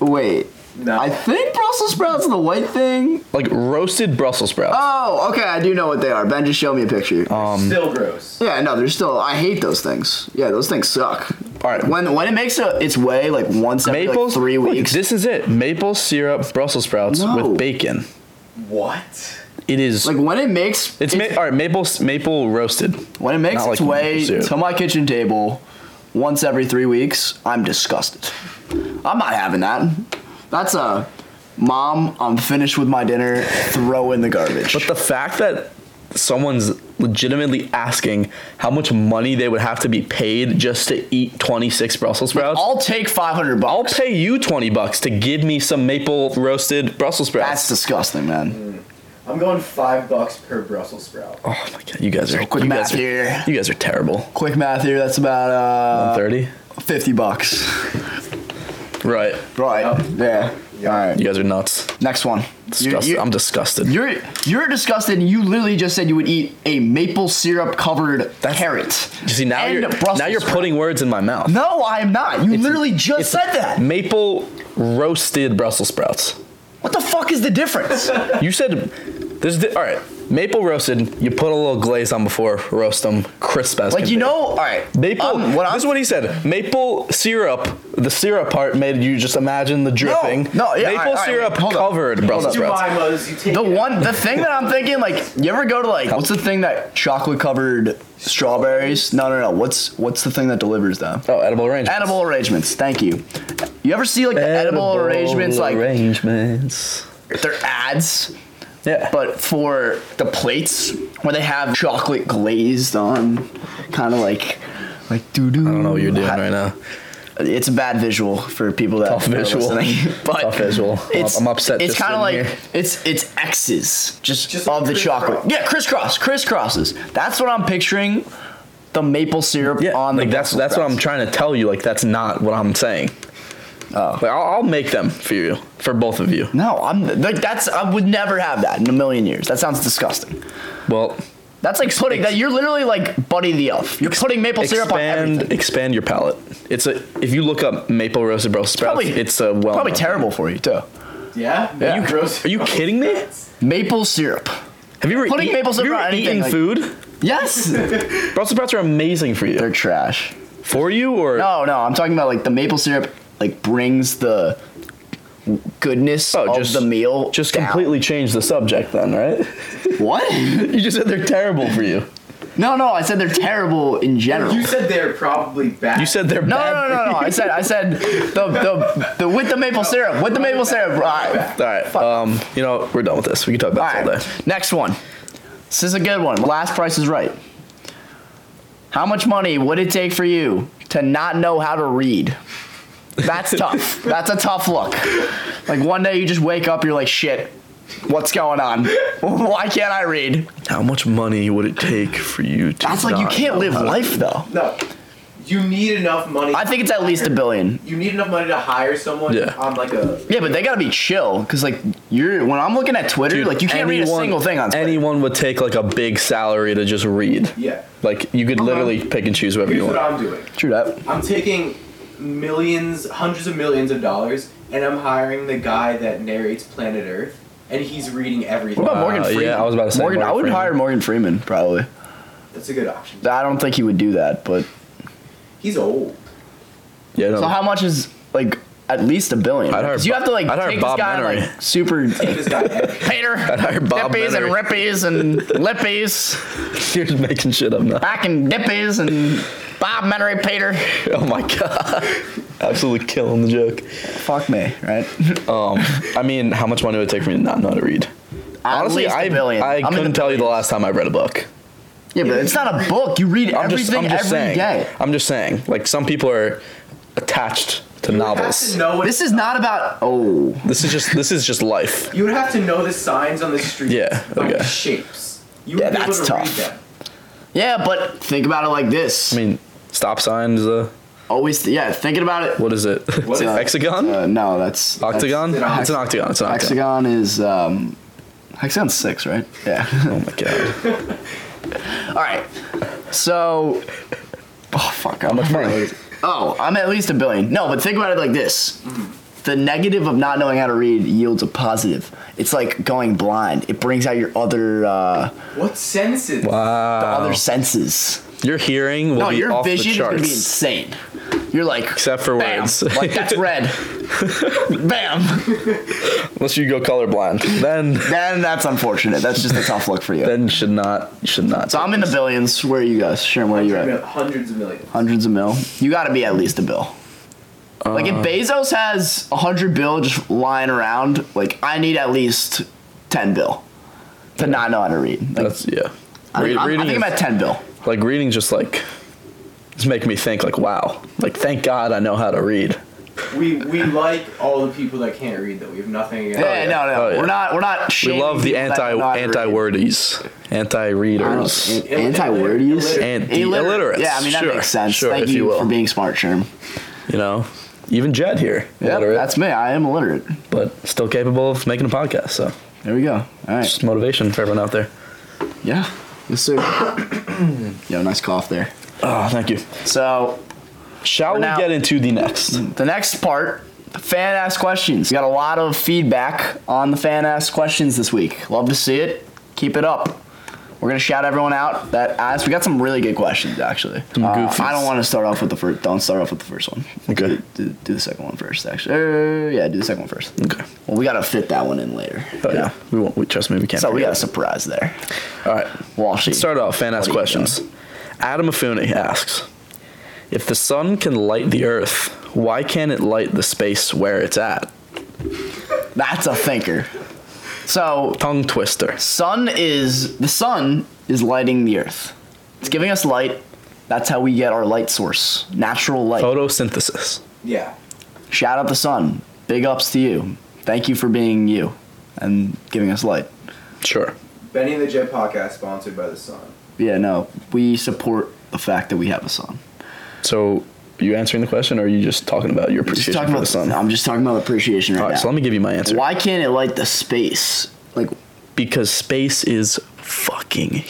Speaker 1: wait.
Speaker 3: No.
Speaker 1: I think Brussels sprouts are the white thing.
Speaker 2: like roasted Brussels sprouts.
Speaker 1: Oh, okay. I do know what they are. Ben just showed me a picture.
Speaker 2: Oh. um,
Speaker 3: Still gross.
Speaker 1: Yeah, no, they're still. I hate those things. Yeah, those things suck.
Speaker 2: All right.
Speaker 1: When when it makes a, its way like once every like,
Speaker 2: Maples.
Speaker 1: three
Speaker 2: look,
Speaker 1: weeks.
Speaker 2: this is it. Maple syrup Brussels sprouts
Speaker 1: No.
Speaker 2: with bacon.
Speaker 3: What?
Speaker 2: It is.
Speaker 1: like when it makes
Speaker 2: it's ma- all right. Maple maple roasted.
Speaker 1: When it makes
Speaker 2: Not
Speaker 1: its
Speaker 2: like
Speaker 1: way
Speaker 2: maple syrup.
Speaker 1: to my kitchen table once every three weeks, I'm disgusted. I'm not having that. That's a mom, I'm finished with my dinner, throw in the garbage.
Speaker 2: But the fact that someone's legitimately asking how much money they would have to be paid just to eat 26 Brussels sprouts.
Speaker 1: I'll take 500
Speaker 2: I'll
Speaker 1: bucks.
Speaker 2: pay you 20 bucks to give me some maple roasted Brussels
Speaker 1: That's
Speaker 2: sprouts.
Speaker 1: disgusting, man.
Speaker 3: I'm going five bucks per Brussels sprout.
Speaker 2: oh my god, you guys are
Speaker 1: Quick
Speaker 2: you
Speaker 1: math
Speaker 2: guys are,
Speaker 1: here.
Speaker 2: you guys are terrible.
Speaker 1: Quick math here, that's about uh,
Speaker 2: 30?
Speaker 1: 50 bucks.
Speaker 2: Right.
Speaker 1: Right. Yeah.
Speaker 3: Yep.
Speaker 1: All right.
Speaker 2: You guys are nuts.
Speaker 1: Next one.
Speaker 2: Disgust-
Speaker 1: You're,
Speaker 2: I'm disgusted.
Speaker 1: you're, you're disgusted. You literally just said you would eat a maple syrup covered
Speaker 2: That's-
Speaker 1: carrot.
Speaker 2: You see now
Speaker 1: and
Speaker 2: you're
Speaker 1: Brussels
Speaker 2: now you're
Speaker 1: sprout.
Speaker 2: putting words in my mouth.
Speaker 1: No, I am not. You literally just
Speaker 2: It's
Speaker 1: said that.
Speaker 2: Maple roasted Brussels sprouts.
Speaker 1: What the fuck is the difference?
Speaker 2: You said there's di- all right. Maple roasted. You put a little glaze on before roast them, crisp as
Speaker 1: like
Speaker 2: can
Speaker 1: you
Speaker 2: be.
Speaker 1: know, all right.
Speaker 2: Maple.
Speaker 1: um, what
Speaker 2: this
Speaker 1: I'm,
Speaker 2: is what he said. Maple syrup. The syrup part made you just imagine the dripping.
Speaker 1: no, yeah,
Speaker 2: Maple
Speaker 1: alright, alright,
Speaker 2: syrup
Speaker 1: hold on.
Speaker 2: covered Brussels
Speaker 3: You
Speaker 2: sprouts.
Speaker 3: buy those, you take
Speaker 1: the
Speaker 3: it
Speaker 1: one, the thing that I'm thinking, like, you ever go to like, what's the thing that chocolate covered strawberries? No, no, no. What's what's the thing that delivers them?
Speaker 2: Oh, edible arrangements.
Speaker 1: Edible arrangements. Thank you. You ever see like the edible, arrangements, like
Speaker 2: arrangements.
Speaker 1: their ads,
Speaker 2: Yeah, but
Speaker 1: but for the plates where they have chocolate glazed on, kind of like. Like doo doo.
Speaker 2: I don't know what you're doing right now.
Speaker 1: it's a bad visual for people that
Speaker 2: Tough
Speaker 1: are
Speaker 2: visual.
Speaker 1: listening, But
Speaker 2: Tough visual. I'm
Speaker 1: It's,
Speaker 2: up- I'm upset
Speaker 1: It's
Speaker 2: just
Speaker 1: kind of like
Speaker 2: sitting here.
Speaker 1: it's it's X's just,
Speaker 3: Just
Speaker 1: of the
Speaker 3: like
Speaker 1: chocolate.
Speaker 3: crisscross.
Speaker 1: Yeah, crisscross, crisscrosses. That's what I'm picturing. The maple syrup
Speaker 2: yeah,
Speaker 1: on
Speaker 2: like
Speaker 1: the
Speaker 2: that's that's what I'm trying to tell you. Like that's not what I'm saying. Oh, like, I'll, I'll make them for you, for both of you.
Speaker 1: No, I'm like that's I would never have that in a million years. That sounds disgusting.
Speaker 2: Well,
Speaker 1: That's like putting that you're literally like Buddy the Elf. You're putting maple syrup on
Speaker 2: expand
Speaker 1: everything.
Speaker 2: expand your palate. It's a if you look up maple roasted Brussels sprouts,
Speaker 1: Probably-
Speaker 2: it's a well
Speaker 1: Probably terrible for you too.
Speaker 3: Yeah?
Speaker 1: Yeah.
Speaker 3: You gross.
Speaker 2: Are you kidding me?
Speaker 1: Maple syrup.
Speaker 2: Have you ever,
Speaker 1: Putting
Speaker 2: eat-
Speaker 1: maple
Speaker 2: have you
Speaker 1: syrup
Speaker 2: ever
Speaker 1: on anything,
Speaker 2: eaten
Speaker 1: like-
Speaker 2: food?
Speaker 1: Yes,
Speaker 2: Brussels sprouts are amazing for
Speaker 1: they're
Speaker 2: you.
Speaker 1: trash.
Speaker 2: For you or
Speaker 1: No, no, I'm talking about like the maple syrup like brings the goodness
Speaker 2: Oh,
Speaker 1: of
Speaker 2: just-
Speaker 1: the meal.
Speaker 2: just
Speaker 1: down.
Speaker 2: completely change the subject then, right?
Speaker 1: What?
Speaker 2: you just said they're terrible for you.
Speaker 1: No, no, I said they're terrible in general.
Speaker 3: You said they're probably bad.
Speaker 2: You said they're
Speaker 1: no,
Speaker 2: bad
Speaker 1: no, no, no, no. I said, I said the the, the with the maple syrup, with the maple syrup. All right,
Speaker 2: All right, um, you know we're done with this. We can
Speaker 1: all
Speaker 2: talk about this all day.
Speaker 1: right. Next one. This is a good one. Last Price is Right. How much money would it take for you to not know how to read? That's tough. That's a tough look. Like one day you just wake up, you're like, shit, what's going on? Why can't I read?
Speaker 2: How much money would it take for you to?
Speaker 1: That's like you
Speaker 2: not
Speaker 1: can't
Speaker 2: know
Speaker 1: live
Speaker 2: how to-
Speaker 1: life though.
Speaker 3: No. You need enough money.
Speaker 1: I think it's at least a billion.
Speaker 3: You need enough money to hire someone
Speaker 2: Yeah.
Speaker 3: on like a.
Speaker 1: Yeah, but they gotta be chill, cause like you're when I'm looking at Twitter,
Speaker 2: Dude,
Speaker 1: like you can't read a
Speaker 2: anyone-
Speaker 1: single thing on Twitter.
Speaker 2: Anyone would take like a big salary to just read.
Speaker 3: Yeah.
Speaker 2: Like you
Speaker 1: Uh-huh.
Speaker 2: could literally pick and choose whoever
Speaker 3: Here's
Speaker 2: you
Speaker 3: what
Speaker 2: want.
Speaker 3: I'm doing.
Speaker 1: True that.
Speaker 3: I'm taking millions, hundreds of millions of dollars, and I'm hiring the guy that narrates Planet Earth, and he's reading everything.
Speaker 1: What about
Speaker 2: Uh,
Speaker 1: Morgan
Speaker 2: yeah,
Speaker 1: Freeman?
Speaker 2: I was about to say
Speaker 1: Morgan. I
Speaker 2: Morgan
Speaker 1: would
Speaker 2: Freeman.
Speaker 1: hire Morgan Freeman probably.
Speaker 3: That's a good option.
Speaker 1: I don't think he would do that, but
Speaker 3: He's old.
Speaker 2: Yeah. No.
Speaker 1: so how much is like at least a 1000000000
Speaker 2: I'd hire
Speaker 1: 'Cause you have to like
Speaker 2: I'd hire
Speaker 1: take
Speaker 2: Bob
Speaker 1: this guy and,
Speaker 2: Menery.
Speaker 1: like super
Speaker 3: This guy. Eric.
Speaker 1: painter,
Speaker 2: I'd hire Bob
Speaker 1: dippies and
Speaker 2: Menery.
Speaker 1: rippies and lippies,
Speaker 2: You're just making shit up now.
Speaker 1: back and dippies and Bob Menery painter.
Speaker 2: Oh my god. Absolutely killing the joke.
Speaker 1: Fuck me, right?
Speaker 2: Um, I mean, how much money would it take for me to not know how to read? Honestly,
Speaker 1: least a
Speaker 2: I,
Speaker 1: billion.
Speaker 2: I
Speaker 1: I'm in
Speaker 2: couldn't
Speaker 1: the
Speaker 2: tell you the last time I read a book.
Speaker 1: Yeah, but it's not a book. You read
Speaker 2: I'm just,
Speaker 1: everything every day.
Speaker 2: I'm just saying. I'm just saying. Like some people are attached to
Speaker 3: You would have to
Speaker 2: novels.
Speaker 3: know what
Speaker 1: This is not about. Oh,
Speaker 2: This is just this is just life.
Speaker 3: You would have to know the signs on the street.
Speaker 2: Yeah, okay.
Speaker 3: Like shapes. You
Speaker 1: Yeah,
Speaker 3: would be able
Speaker 1: that's
Speaker 3: to
Speaker 1: tough.
Speaker 3: Read them.
Speaker 1: yeah, but think about it like this.
Speaker 2: I mean, stop sign is a
Speaker 1: Always, yeah. Thinking about it.
Speaker 2: what is it?
Speaker 3: What is it?
Speaker 2: Hexagon?
Speaker 1: Uh, no, that's that's-
Speaker 2: Octagon?
Speaker 3: that's-
Speaker 2: It's an octagon. It's an octagon.
Speaker 1: Hexagon is um, hexagon's six, right? Yeah.
Speaker 2: Oh my god.
Speaker 1: All right. So, oh fuck, how much
Speaker 2: money?
Speaker 1: Oh, I'm at least a billion. No, but think about it like this. The negative of not knowing how to read yields a positive. It's like going blind. It brings out your other uh,
Speaker 3: What senses?
Speaker 2: Wow.
Speaker 1: other senses.
Speaker 2: Your hearing will
Speaker 1: No,
Speaker 2: be
Speaker 1: your
Speaker 2: off
Speaker 1: vision
Speaker 2: the
Speaker 1: is gonna be
Speaker 2: charts.
Speaker 1: insane. You're like
Speaker 2: Except for
Speaker 1: bam,
Speaker 2: words.
Speaker 1: like that's red. bam.
Speaker 2: Unless you go colorblind. Then
Speaker 1: Then that's unfortunate. That's just a tough look for you.
Speaker 2: then should not should not.
Speaker 1: So I'm in the billions. Where are you guys? Sherm, where are you at?
Speaker 3: Hundreds of millions.
Speaker 1: Hundreds of mil. You got to be at least a bill. Like if
Speaker 2: Uh.
Speaker 1: Bezos has a hundred bill just lying around, like I need at least ten bill to not know how to read. Like,
Speaker 2: That's yeah.
Speaker 1: I,
Speaker 2: Re-
Speaker 1: I'm- I
Speaker 2: reading
Speaker 1: think I'm
Speaker 2: is- Oh,
Speaker 1: at ten bill.
Speaker 2: like reading just like it's making me think like wow like thank god i know how to read
Speaker 3: We we like all the people that can't read though. We have nothing against.
Speaker 1: yeah, no, no,
Speaker 2: Oh, yeah.
Speaker 1: we're not, we're not.
Speaker 2: we
Speaker 1: shaming
Speaker 2: love the
Speaker 1: people that
Speaker 2: anti
Speaker 1: know how to read.
Speaker 2: anti wordies anti readers
Speaker 3: Ill-
Speaker 1: Anti wordies?
Speaker 3: illiterate-
Speaker 2: Anti- illiterates,
Speaker 1: Yeah, I mean, that
Speaker 2: sure,
Speaker 1: makes sense.
Speaker 2: sure,
Speaker 1: Thank
Speaker 2: if you
Speaker 1: you,
Speaker 2: will.
Speaker 1: for being smart, Sherm.
Speaker 2: you know even jed here
Speaker 1: Yeah,
Speaker 2: illiterate,
Speaker 1: that's me. I am illiterate.
Speaker 2: but still capable of making a podcast so
Speaker 1: There we go. All right.
Speaker 2: just motivation for everyone out there
Speaker 1: Yeah. Yes, sir. Yo, nice cough there.
Speaker 2: oh thank you
Speaker 1: So,
Speaker 2: shall we
Speaker 1: now-
Speaker 2: get into the next
Speaker 1: the next part fan asked questions. We got a lot of feedback on the fan asked questions this week. Love to see it. Keep it up. We're gonna shout everyone out that asked. We got some really good questions actually. Uh,
Speaker 2: Some goofies.
Speaker 1: I don't want to start off with the first. Don't start off with the first one.
Speaker 2: Okay.
Speaker 1: Do, do, do the second one first, actually. Er, yeah, do the second one first.
Speaker 2: okay
Speaker 1: Well, we gotta fit that one in later.
Speaker 2: oh yeah we won't we trust me we can't
Speaker 1: So we got
Speaker 2: forget.
Speaker 1: a surprise there.
Speaker 2: all right
Speaker 1: Washi.
Speaker 2: Start off, fan asked
Speaker 1: What do you
Speaker 2: questions. Adam Afuni asks If the sun can light the earth, why can't it light the space where it's at?
Speaker 1: That's a thinker. So
Speaker 2: Tongue twister.
Speaker 1: sun is the sun is lighting the earth. It's giving us light. That's how we get our light source, natural light.
Speaker 2: Photosynthesis.
Speaker 3: Yeah.
Speaker 1: Shout out the sun. Big ups to you. Thank you for being you and giving us light.
Speaker 2: Sure.
Speaker 3: Benny and the Jet podcast sponsored by the Sun.
Speaker 1: Yeah, no, we support the fact that we have a sun.
Speaker 2: So, you answering the question or are you just talking about your
Speaker 1: Just
Speaker 2: appreciation
Speaker 1: talking
Speaker 2: for
Speaker 1: about
Speaker 2: the sun?
Speaker 1: I'm just talking about appreciation right
Speaker 2: All right,
Speaker 1: now.
Speaker 2: so let me give you my answer.
Speaker 1: Why can't it light the space? Like,
Speaker 2: Because space is fucking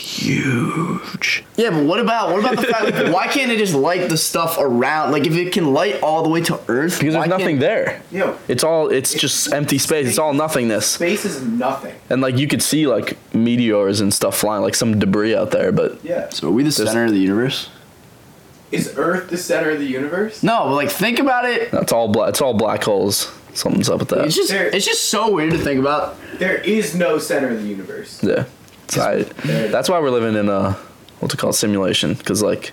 Speaker 2: huge.
Speaker 1: yeah, but what about what about the fact? Like, why can't it just light the stuff around? Like, if it can light all the way to Earth,
Speaker 2: Because
Speaker 1: why
Speaker 2: there's nothing
Speaker 1: can't-
Speaker 2: there.
Speaker 3: Yo,
Speaker 2: It's all, it's just empty space. It's all nothingness.
Speaker 3: space is nothing.
Speaker 2: And like you could see like meteors and stuff flying, like some debris out there, but
Speaker 3: Yeah.
Speaker 1: So are we the
Speaker 2: There's-
Speaker 1: center of the universe?
Speaker 3: Is Earth the center of the universe?
Speaker 1: No, but like think about it.
Speaker 2: That's all. Bla- it's all black holes. Something's up with that.
Speaker 1: It's just
Speaker 3: There-
Speaker 1: it's just so weird to think about.
Speaker 3: There is no center of the universe.
Speaker 2: yeah. So I- that's why we're living in a what's it called simulation? Because like,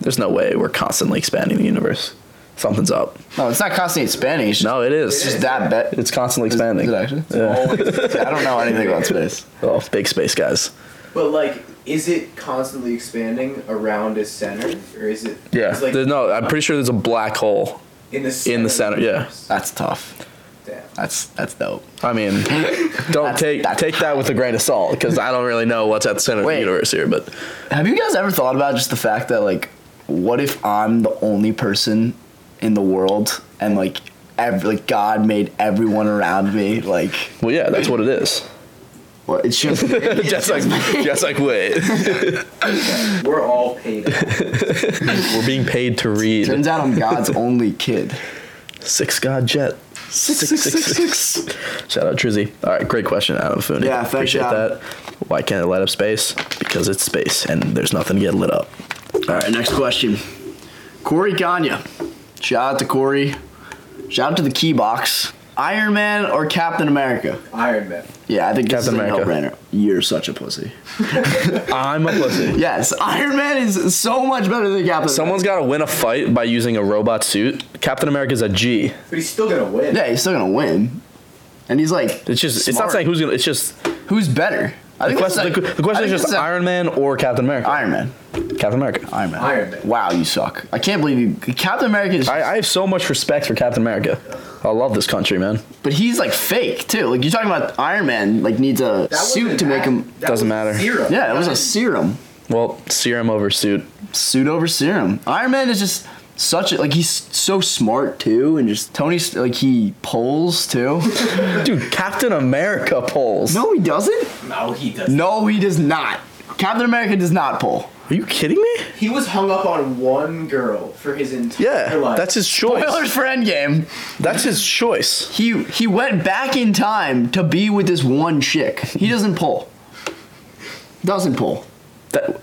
Speaker 2: there's no way we're constantly expanding the universe. Something's up.
Speaker 1: No, it's not constantly expanding. It's just,
Speaker 2: No, it is.
Speaker 1: it's just that bet.
Speaker 2: It's constantly expanding.
Speaker 1: Is it actually?
Speaker 2: Yeah.
Speaker 3: Always.
Speaker 1: I don't know anything about space.
Speaker 2: Oh, big space guys.
Speaker 3: But like, is it constantly expanding around a center, or is it?
Speaker 2: Yeah.
Speaker 3: It's like
Speaker 2: There's no. I'm pretty sure there's a black hole.
Speaker 3: in the center.
Speaker 2: in the center, yeah.
Speaker 1: That's tough.
Speaker 3: Damn.
Speaker 1: That's that's dope.
Speaker 2: I mean, don't take
Speaker 1: that's-
Speaker 2: take that with a grain of salt because I don't really know what's at the center
Speaker 1: Wait.
Speaker 2: of the universe here. But
Speaker 1: Have you guys ever thought about just the fact that like what if I'm the only person in the world and like every like God made everyone around me like
Speaker 2: Well, yeah, that's what it is.
Speaker 1: well, it's just
Speaker 2: just like, just like wait,
Speaker 3: We're all paid off.
Speaker 2: we're being paid to read.
Speaker 1: turns out I'm God's only kid.
Speaker 2: Six God Jet. Six six six six. Shout out Trizzy. All right, great question, Adam Fooney.
Speaker 1: Yeah, thanks,
Speaker 2: appreciate
Speaker 1: Adam.
Speaker 2: that. Why can't it light up space? Because it's space, and there's nothing to get lit up.
Speaker 1: All right, next question. Corey Ganya. Shout out to Corey. Shout out to the key box. Iron Man or Captain America?
Speaker 3: Iron Man.
Speaker 1: Yeah, I think this is a
Speaker 2: Captain America.
Speaker 1: no-brainer. You're such a pussy.
Speaker 2: I'm a pussy.
Speaker 1: Yes, Iron Man is so much better than Captain.
Speaker 2: Someone's got to win a fight by using a robot suit. Captain America's a G.
Speaker 3: But he's still gonna win.
Speaker 1: America. Yeah, he's still gonna win, and he's like,
Speaker 2: It's just it's not
Speaker 1: Smart.
Speaker 2: saying who's gonna. It's just
Speaker 1: who's better? I
Speaker 2: the
Speaker 1: that's
Speaker 2: question.
Speaker 1: like-
Speaker 2: The, the question
Speaker 1: I
Speaker 2: is
Speaker 1: think
Speaker 2: just
Speaker 1: that's
Speaker 2: Iron Man or Captain America.
Speaker 1: Iron Man.
Speaker 2: Captain America.
Speaker 1: Iron Man.
Speaker 3: Iron Man.
Speaker 1: Wow, you suck. I can't believe you. Captain America is,
Speaker 2: I, I have so much respect for Captain America. I love this country, man.
Speaker 1: but he's like fake too. Like you're talking about Iron Man, like needs a
Speaker 3: That
Speaker 1: suit
Speaker 3: wasn't
Speaker 1: to make
Speaker 3: act-
Speaker 1: him.
Speaker 3: that
Speaker 2: doesn't
Speaker 3: was
Speaker 2: matter.
Speaker 3: Zero.
Speaker 1: Yeah, it was a
Speaker 3: That
Speaker 1: serum.
Speaker 2: Well, serum over suit.
Speaker 1: suit over serum. Iron Man is just such a, like he's so smart too, and just Tony's like he pulls too.
Speaker 2: Dude, Captain America pulls.
Speaker 1: no, he doesn't.
Speaker 3: No, he doesn't.
Speaker 1: No, he does not. Captain America does not pull.
Speaker 2: Are you kidding me?
Speaker 3: He was hung up on one girl for his entire
Speaker 2: Yeah,
Speaker 3: life.
Speaker 2: that's his choice.
Speaker 1: Spoilers for Endgame.
Speaker 2: That's his choice.
Speaker 1: He he went back in time to be with this one chick. He doesn't pull. Doesn't pull.
Speaker 2: That,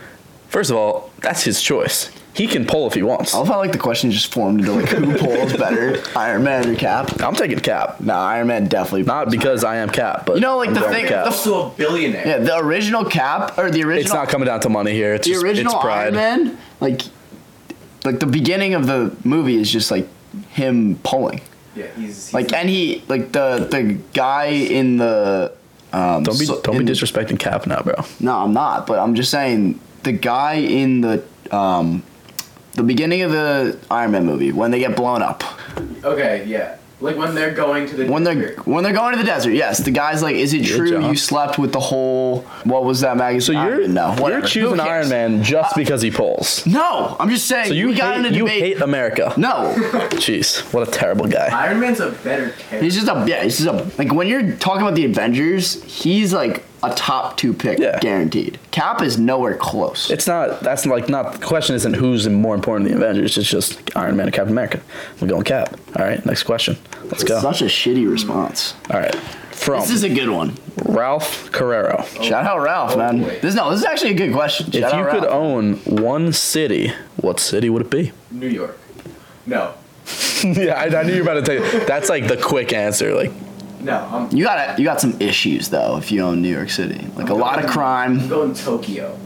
Speaker 2: first of all, that's his choice. He can pull if he wants.
Speaker 1: I love how like the question just formed into like who pulls better, Iron Man or Cap?
Speaker 2: I'm taking Cap.
Speaker 1: No, Iron Man definitely.
Speaker 2: Not because I am Cap, but
Speaker 1: You know, like,
Speaker 2: I'm
Speaker 1: the
Speaker 2: going
Speaker 1: thing-
Speaker 2: with Cap.
Speaker 1: the
Speaker 3: also a billionaire.
Speaker 1: yeah, the original Cap or the original.
Speaker 2: it's not coming down to money here. It's
Speaker 1: the
Speaker 2: just
Speaker 1: original
Speaker 2: it's pride.
Speaker 1: Iron Man, like, like the beginning of the movie is just like him pulling,
Speaker 3: Yeah, he's, he's
Speaker 1: like, and he, like the the guy in the, um,
Speaker 2: Don't be
Speaker 1: so-
Speaker 2: don't be
Speaker 1: in the-
Speaker 2: disrespecting Cap now, bro.
Speaker 1: No, I'm not, but I'm just saying the guy in the, um, the beginning of the Iron Man movie when they get blown up,
Speaker 3: okay, yeah. Like when they're going to the
Speaker 1: when they're
Speaker 3: desert.
Speaker 1: when they're going to the desert. Yes, the guy's like, "Is it true
Speaker 2: job.
Speaker 1: you slept with the whole what was that magazine?"
Speaker 2: So
Speaker 1: I don't
Speaker 2: you're
Speaker 1: even know.
Speaker 2: you're
Speaker 1: Whatever. Who
Speaker 2: choosing
Speaker 1: cares?
Speaker 2: Iron Man just because he pulls.
Speaker 1: No, I'm just saying.
Speaker 2: So Uh, you
Speaker 1: we got
Speaker 2: hate,
Speaker 1: in a
Speaker 2: you
Speaker 1: debate.
Speaker 2: hate America.
Speaker 1: no,
Speaker 2: Jeez, what a terrible guy.
Speaker 3: Iron Man's a better character.
Speaker 1: He's just a yeah. He's just a like when you're talking about the Avengers, he's like a top two pick,
Speaker 2: Yeah.
Speaker 1: guaranteed. Cap is nowhere close.
Speaker 2: It's not. That's like not. The question isn't who's more important than the Avengers. It's just Iron Man and Captain America. We're going Cap. All right. Next question. Let's go.
Speaker 1: Such a shitty response.
Speaker 2: All right. From
Speaker 1: This is a good one.
Speaker 2: Ralph Carrero.
Speaker 1: Shout out Ralph,
Speaker 3: oh
Speaker 1: man.
Speaker 3: boy.
Speaker 1: This no, this is actually a good question.
Speaker 2: If
Speaker 1: Shout
Speaker 2: you
Speaker 1: out
Speaker 2: could
Speaker 1: Ralph.
Speaker 2: own one city, what city would it be?
Speaker 3: New York. No,
Speaker 2: yeah, I, I knew you were about to take. That's like the quick answer. Like
Speaker 3: no, I'm
Speaker 1: you got you got some issues though if you own New York City, like a
Speaker 2: Oh,
Speaker 1: lot of
Speaker 3: I'm
Speaker 1: crime.
Speaker 3: going Tokyo.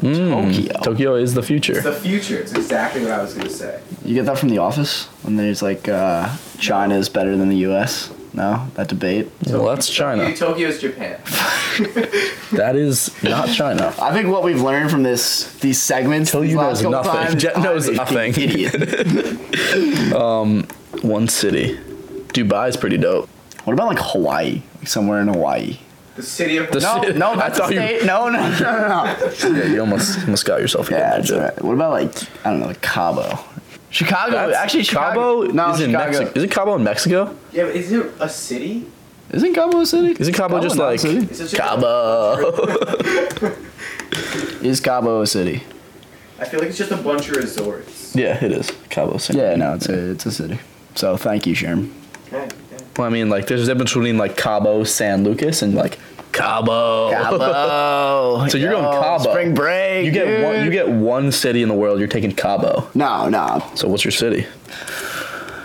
Speaker 1: Tokyo.
Speaker 2: Hmm, Tokyo is the future.
Speaker 3: It's the future. It's exactly what I was gonna say.
Speaker 1: You get that from The Office when there's like uh, China is better than the U.S. No, that debate.
Speaker 2: well, that's China.
Speaker 3: Maybe Tokyo's Japan.
Speaker 2: That is not China.
Speaker 1: I think what we've learned from this these segments.
Speaker 2: Till
Speaker 1: these
Speaker 2: you
Speaker 1: last
Speaker 2: knows
Speaker 1: couple
Speaker 2: nothing.
Speaker 1: Times,
Speaker 2: Jet knows
Speaker 1: I'm a
Speaker 2: nothing.
Speaker 1: Idiot.
Speaker 2: One city. Oh, Dubai's pretty dope.
Speaker 1: What about like Hawaii? Like somewhere in Hawaii.
Speaker 3: The city of
Speaker 2: The
Speaker 1: No,
Speaker 2: city-
Speaker 1: no,
Speaker 2: I
Speaker 1: that's
Speaker 2: thought
Speaker 1: a
Speaker 2: you-
Speaker 1: state. No, no, no, no, no.
Speaker 2: Yeah, you almost almost got yourself. a good
Speaker 1: yeah, that's
Speaker 2: idea.
Speaker 1: all right. What about like I don't know, like Cabo, Chicago?
Speaker 2: That's-
Speaker 1: actually, Chicago.
Speaker 2: Cabo
Speaker 1: no,
Speaker 2: is in
Speaker 1: Chicago.
Speaker 2: Mexico. Isn't Cabo in Mexico?
Speaker 3: yeah, but is it a city?
Speaker 1: Isn't Cabo a city?
Speaker 2: Isn't Cabo, just
Speaker 1: not a
Speaker 2: like
Speaker 1: city.
Speaker 3: Is it just-
Speaker 2: Cabo?
Speaker 1: Is Cabo a city?
Speaker 3: I feel like it's just a bunch of resorts.
Speaker 2: yeah, it is Cabo. San
Speaker 1: Yeah,
Speaker 2: Diego.
Speaker 1: no, it's a it's a city. So thank you, Sherm.
Speaker 3: Okay, yeah.
Speaker 2: Well, I mean, like, there's a difference between like Cabo San Lucas and like Cabo.
Speaker 1: Cabo.
Speaker 2: So you're going
Speaker 1: Yo,
Speaker 2: Cabo.
Speaker 1: Spring break.
Speaker 2: You get one.
Speaker 1: dude.
Speaker 2: You get one city in the world. You're taking Cabo.
Speaker 1: No, no.
Speaker 2: So what's your city?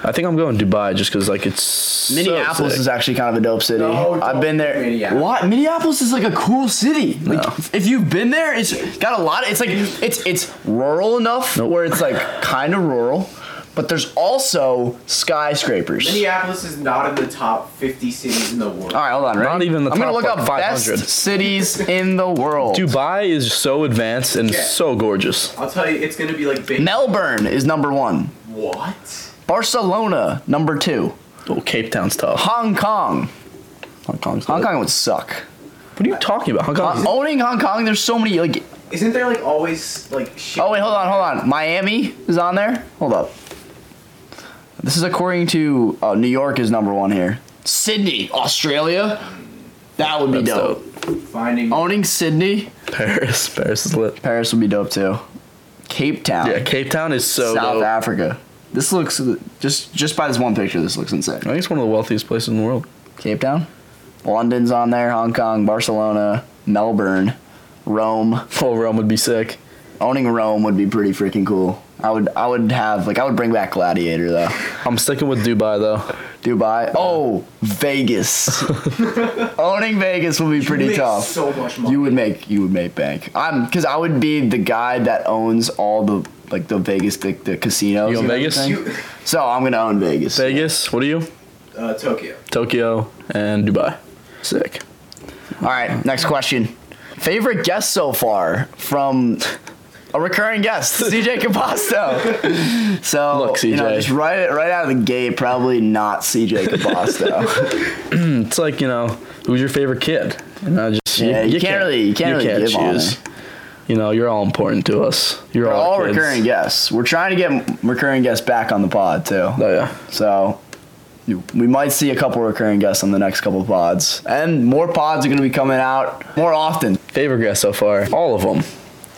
Speaker 2: I think I'm going Dubai just because like it's
Speaker 1: Minneapolis
Speaker 2: so
Speaker 1: is
Speaker 2: sick.
Speaker 1: actually kind of a dope city.
Speaker 3: No,
Speaker 1: I've
Speaker 3: don't
Speaker 1: been there.
Speaker 3: Minneapolis.
Speaker 1: What? Minneapolis is like a cool city. Like,
Speaker 2: No.
Speaker 1: If you've been there, it's got a lot. Of, it's like it's it's rural enough
Speaker 2: Nope.
Speaker 1: where it's like kind of rural, but there's also skyscrapers.
Speaker 3: Minneapolis is not in the top 50 cities in the world.
Speaker 1: All right, hold on. Ready?
Speaker 2: Not even the
Speaker 1: I'm gonna
Speaker 2: top,
Speaker 1: look
Speaker 2: like,
Speaker 1: up
Speaker 2: 500.
Speaker 1: best cities in the world.
Speaker 2: Dubai is so advanced and
Speaker 3: Yeah.
Speaker 2: so gorgeous.
Speaker 3: I'll tell you, it's gonna be like big.
Speaker 1: Melbourne is number one.
Speaker 3: What?
Speaker 1: Barcelona number two.
Speaker 2: Oh, Cape Town's tough.
Speaker 1: Hong Kong.
Speaker 2: Hong Kong's.
Speaker 1: Hong
Speaker 2: lit.
Speaker 1: Kong would suck.
Speaker 2: What are you talking about? Hong Kong.
Speaker 1: Uh, owning Hong Kong, there's so many like
Speaker 3: Isn't there like always like shit?
Speaker 1: Oh wait, hold on, hold on. Miami is on there. Hold up. This is according to oh, New York is number one here. Sydney, Australia. That would be
Speaker 2: That's
Speaker 1: dope.
Speaker 3: Finding
Speaker 1: Owning Sydney,
Speaker 2: Paris. Paris is lit.
Speaker 1: Paris would be dope too. Cape Town,
Speaker 2: Yeah, Cape Town is so
Speaker 1: South
Speaker 2: dope.
Speaker 1: Africa. This looks just just by this one picture, this looks insane.
Speaker 2: I think it's one of the wealthiest places in the world.
Speaker 1: Cape Town, London's on there. Hong Kong, Barcelona, Melbourne, Rome.
Speaker 2: Full Rome would be sick.
Speaker 1: Owning Rome would be pretty freaking cool. I would I would have like I would bring back Gladiator though.
Speaker 2: I'm sticking with Dubai though.
Speaker 1: Dubai. Oh, Vegas. Owning Vegas would be pretty
Speaker 3: makes
Speaker 1: tough.
Speaker 3: So much money.
Speaker 1: you would make you would make bank. I'm because I would be the guy that owns all the like the Vegas like the casinos.
Speaker 2: You own
Speaker 1: and
Speaker 2: Vegas?
Speaker 1: everything.
Speaker 3: You-
Speaker 1: So I'm gonna own Vegas.
Speaker 2: Vegas. What are you?
Speaker 3: uh, Tokyo.
Speaker 2: Tokyo and Dubai. Sick.
Speaker 1: All right, next question. Favorite guest so far from a recurring guest, CJ Capasto. So
Speaker 2: Look,
Speaker 1: you know,
Speaker 2: CJ.
Speaker 1: just right right out of the gate, probably not CJ Capasto.
Speaker 2: It's like you know, who's your favorite kid? You know, just
Speaker 1: Yeah, you can't really- you can't really give on it.
Speaker 2: You know, you're all important to us. You're
Speaker 1: We're
Speaker 2: all,
Speaker 1: all
Speaker 2: kids.
Speaker 1: recurring guests. We're trying to get recurring guests back on the pod too.
Speaker 2: Oh yeah.
Speaker 1: So you- we might see a couple recurring guests on the next couple of pods, and more pods are going to be coming out more often.
Speaker 2: Favorite guest so far? All of them.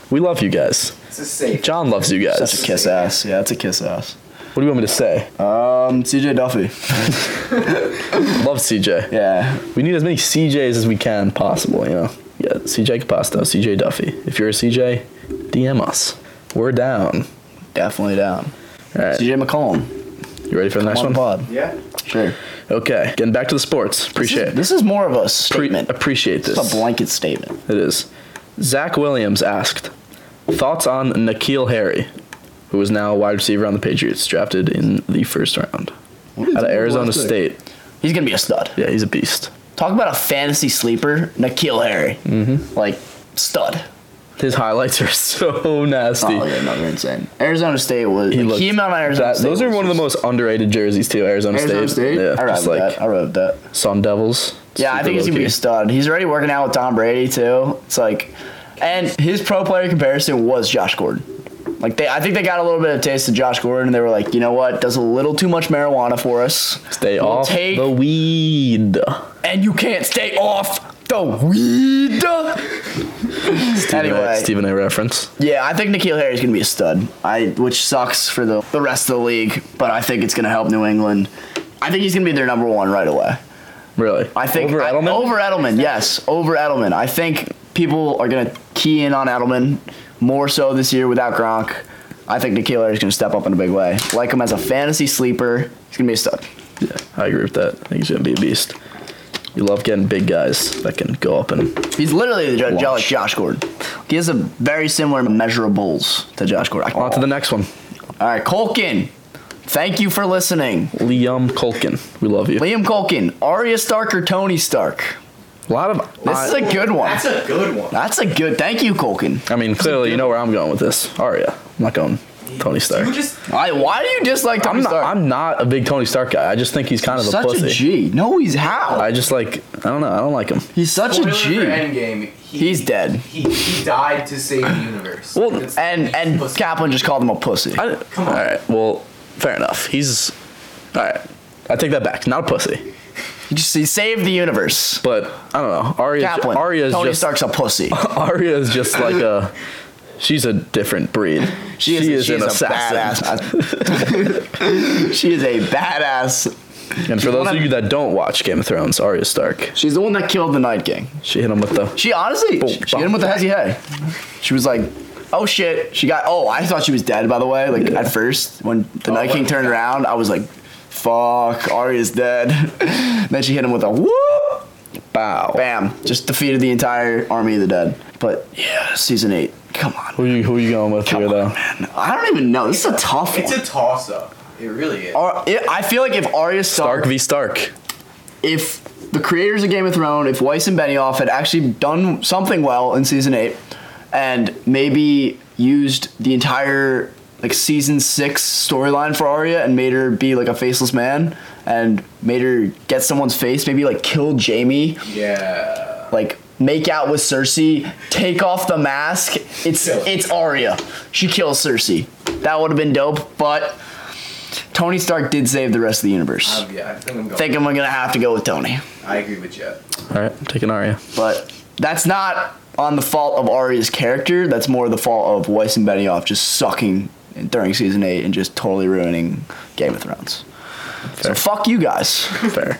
Speaker 2: We love you guys.
Speaker 3: It's a safe.
Speaker 2: John loves you guys.
Speaker 1: That's a kiss ass. Yeah, that's a kiss ass.
Speaker 2: What do you want me to say?
Speaker 1: Um, CJ Duffy.
Speaker 2: Love CJ.
Speaker 1: Yeah,
Speaker 2: We need as many CJs as we can possible, you know? Yeah, CJ Capasto, CJ Duffy. If you're a CJ, DM us. We're down.
Speaker 1: definitely down.
Speaker 2: All right.
Speaker 1: CJ McCollum.
Speaker 2: You ready for the next
Speaker 1: on
Speaker 2: one?
Speaker 1: the pod.
Speaker 3: Yeah.
Speaker 1: Sure.
Speaker 2: Okay. Getting back to the sports. Appreciate it.
Speaker 1: This is more of a
Speaker 2: Pre-
Speaker 1: statement.
Speaker 2: appreciate this.
Speaker 1: It's a blanket statement.
Speaker 2: It is. Zach Williams asked, thoughts on Nikhil Harry, who is now a wide receiver on the Patriots, drafted in the first round. Out of Arizona State.
Speaker 1: He's gonna be a stud.
Speaker 2: Yeah, he's a beast.
Speaker 1: Talk about a fantasy sleeper, Nikhil Harry. Mm-hmm. Like stud.
Speaker 2: His highlights are so nasty.
Speaker 1: Oh yeah, no, they're insane. Arizona State was.
Speaker 2: He
Speaker 1: He, like,
Speaker 2: looked-
Speaker 1: came out on Arizona
Speaker 2: that-
Speaker 1: State.
Speaker 2: those are
Speaker 1: was
Speaker 2: one of the
Speaker 1: just-
Speaker 2: most underrated jerseys too. Arizona,
Speaker 1: Arizona State.
Speaker 2: Yeah,
Speaker 1: I ride
Speaker 2: just
Speaker 1: with
Speaker 2: like
Speaker 1: that. I rode with that.
Speaker 2: Sun Devils.
Speaker 1: Yeah, I
Speaker 2: Super
Speaker 1: think he's gonna be
Speaker 2: low-key.
Speaker 1: a stud. He's already working out with Tom Brady too. It's like, and his pro player comparison was Josh Gordon. Like they, I think they got a little bit of taste of Josh Gordon, and they were like, you know what, does a little too much marijuana for us.
Speaker 2: Stay
Speaker 1: We'll
Speaker 2: off
Speaker 1: take-
Speaker 2: the weed.
Speaker 1: and you can't stay off the weed.
Speaker 2: Stephen A-
Speaker 1: anyway,
Speaker 2: Stephen A. reference.
Speaker 1: yeah, I think Nikhil Harry's gonna be a stud. I, which sucks for the the rest of the league, but I think it's gonna help New England. I think he's gonna be their number one right away.
Speaker 2: Really?
Speaker 1: I think
Speaker 2: over
Speaker 1: I-
Speaker 2: Edelman.
Speaker 1: over Edelman, yes, over Edelman. I think people are gonna key in on Edelman more so this year without Gronk. I think Nikhil Harry's gonna step up in a big way. Like him as a fantasy sleeper, he's gonna be a stud.
Speaker 2: yeah, I agree with that. I think he's gonna be a beast. You love getting big guys that can go up and
Speaker 1: He's literally the judge like
Speaker 2: Watch.
Speaker 1: Josh Gordon. He has a very similar measurables to Josh Gordon.
Speaker 2: on to the next one.
Speaker 1: All right, Colkin. Thank you for listening.
Speaker 2: Liam Culkin. We love you.
Speaker 1: Liam Colkin, Arya Stark or Tony Stark?
Speaker 2: A lot of.
Speaker 1: This
Speaker 2: I,
Speaker 1: is a good one.
Speaker 3: That's a good one.
Speaker 1: That's a good. Thank you, Colkin.
Speaker 2: I mean, clearly you know where I'm going with this. Arya. I'm not going Tony Stark.
Speaker 3: You just
Speaker 1: Why, why do you dislike Tony
Speaker 2: I'm not.
Speaker 1: Stark?
Speaker 2: I'm not a big Tony Stark guy. I just think he's kind of
Speaker 1: such
Speaker 2: a pussy.
Speaker 1: a G. No, he's how.
Speaker 2: I just like I don't know. I don't like him.
Speaker 1: He's such a
Speaker 3: Spoiler
Speaker 1: G.
Speaker 3: for Endgame. He,
Speaker 1: He's dead.
Speaker 3: He, he died to save the universe.
Speaker 2: Well,
Speaker 3: It's-
Speaker 1: And and
Speaker 3: Listen,
Speaker 1: Kaplan just called him a pussy.
Speaker 2: I,
Speaker 3: Come on.
Speaker 2: All right. Well, fair enough. He's all right. I take that back. Not a pussy,
Speaker 1: He just he saved the universe.
Speaker 2: but I don't know. Arya.
Speaker 1: Kaplan.
Speaker 2: Arya's
Speaker 1: Tony
Speaker 2: just
Speaker 1: Stark's a pussy.
Speaker 2: Arya is just like a. She's a different breed.
Speaker 1: She is, she is a badass. she is a badass.
Speaker 2: And for
Speaker 1: She's
Speaker 2: those
Speaker 1: one
Speaker 2: of
Speaker 1: of-
Speaker 2: you that don't watch Game of Thrones, Arya Stark.
Speaker 1: She's the one that killed the Night King.
Speaker 2: She hit him with the.
Speaker 1: She honestly, she, she hit him with the hezzy head. She was like, "Oh shit!" She got. Oh, I thought she was dead. By the way, like at first when
Speaker 3: Oh,
Speaker 1: the Night King turned around, I was like, "Fuck, Arya's dead." then she hit him with a whoop.
Speaker 2: Bow.
Speaker 1: Bam! Just defeated the entire army of the dead. But yeah, season eight. Come on,
Speaker 2: Who you who you going with
Speaker 1: Come
Speaker 2: here
Speaker 1: on,
Speaker 2: though?
Speaker 1: man. I don't even know. This is a tough
Speaker 3: It's
Speaker 1: one.
Speaker 3: a toss up. It really is.
Speaker 1: Ar- it- I feel like if Arya Stark,
Speaker 2: Stark v Stark.
Speaker 1: if the creators of Game of Thrones, if Weiss and Benioff had actually done something well in season eight, and maybe used the entire like season six storyline for Arya and made her be like a faceless man and made her get someone's face, maybe like kill Jamie
Speaker 3: Yeah.
Speaker 1: like make out with Cersei, take off the mask. It's
Speaker 3: Kill her.
Speaker 1: it's Arya. She kills Cersei. That would have been dope, but Tony Stark did save the rest of the universe.
Speaker 3: Um, yeah, I think I'm going.
Speaker 1: think I'm gonna have to go with Tony.
Speaker 3: I agree with Jet.
Speaker 2: All right, I'm taking Arya.
Speaker 1: But that's not on the fault of Arya's character. That's more the fault of Weiss and Benioff just sucking during season eight and just totally ruining Game of Thrones. So
Speaker 2: Fair.
Speaker 1: fuck you guys.
Speaker 2: Fair.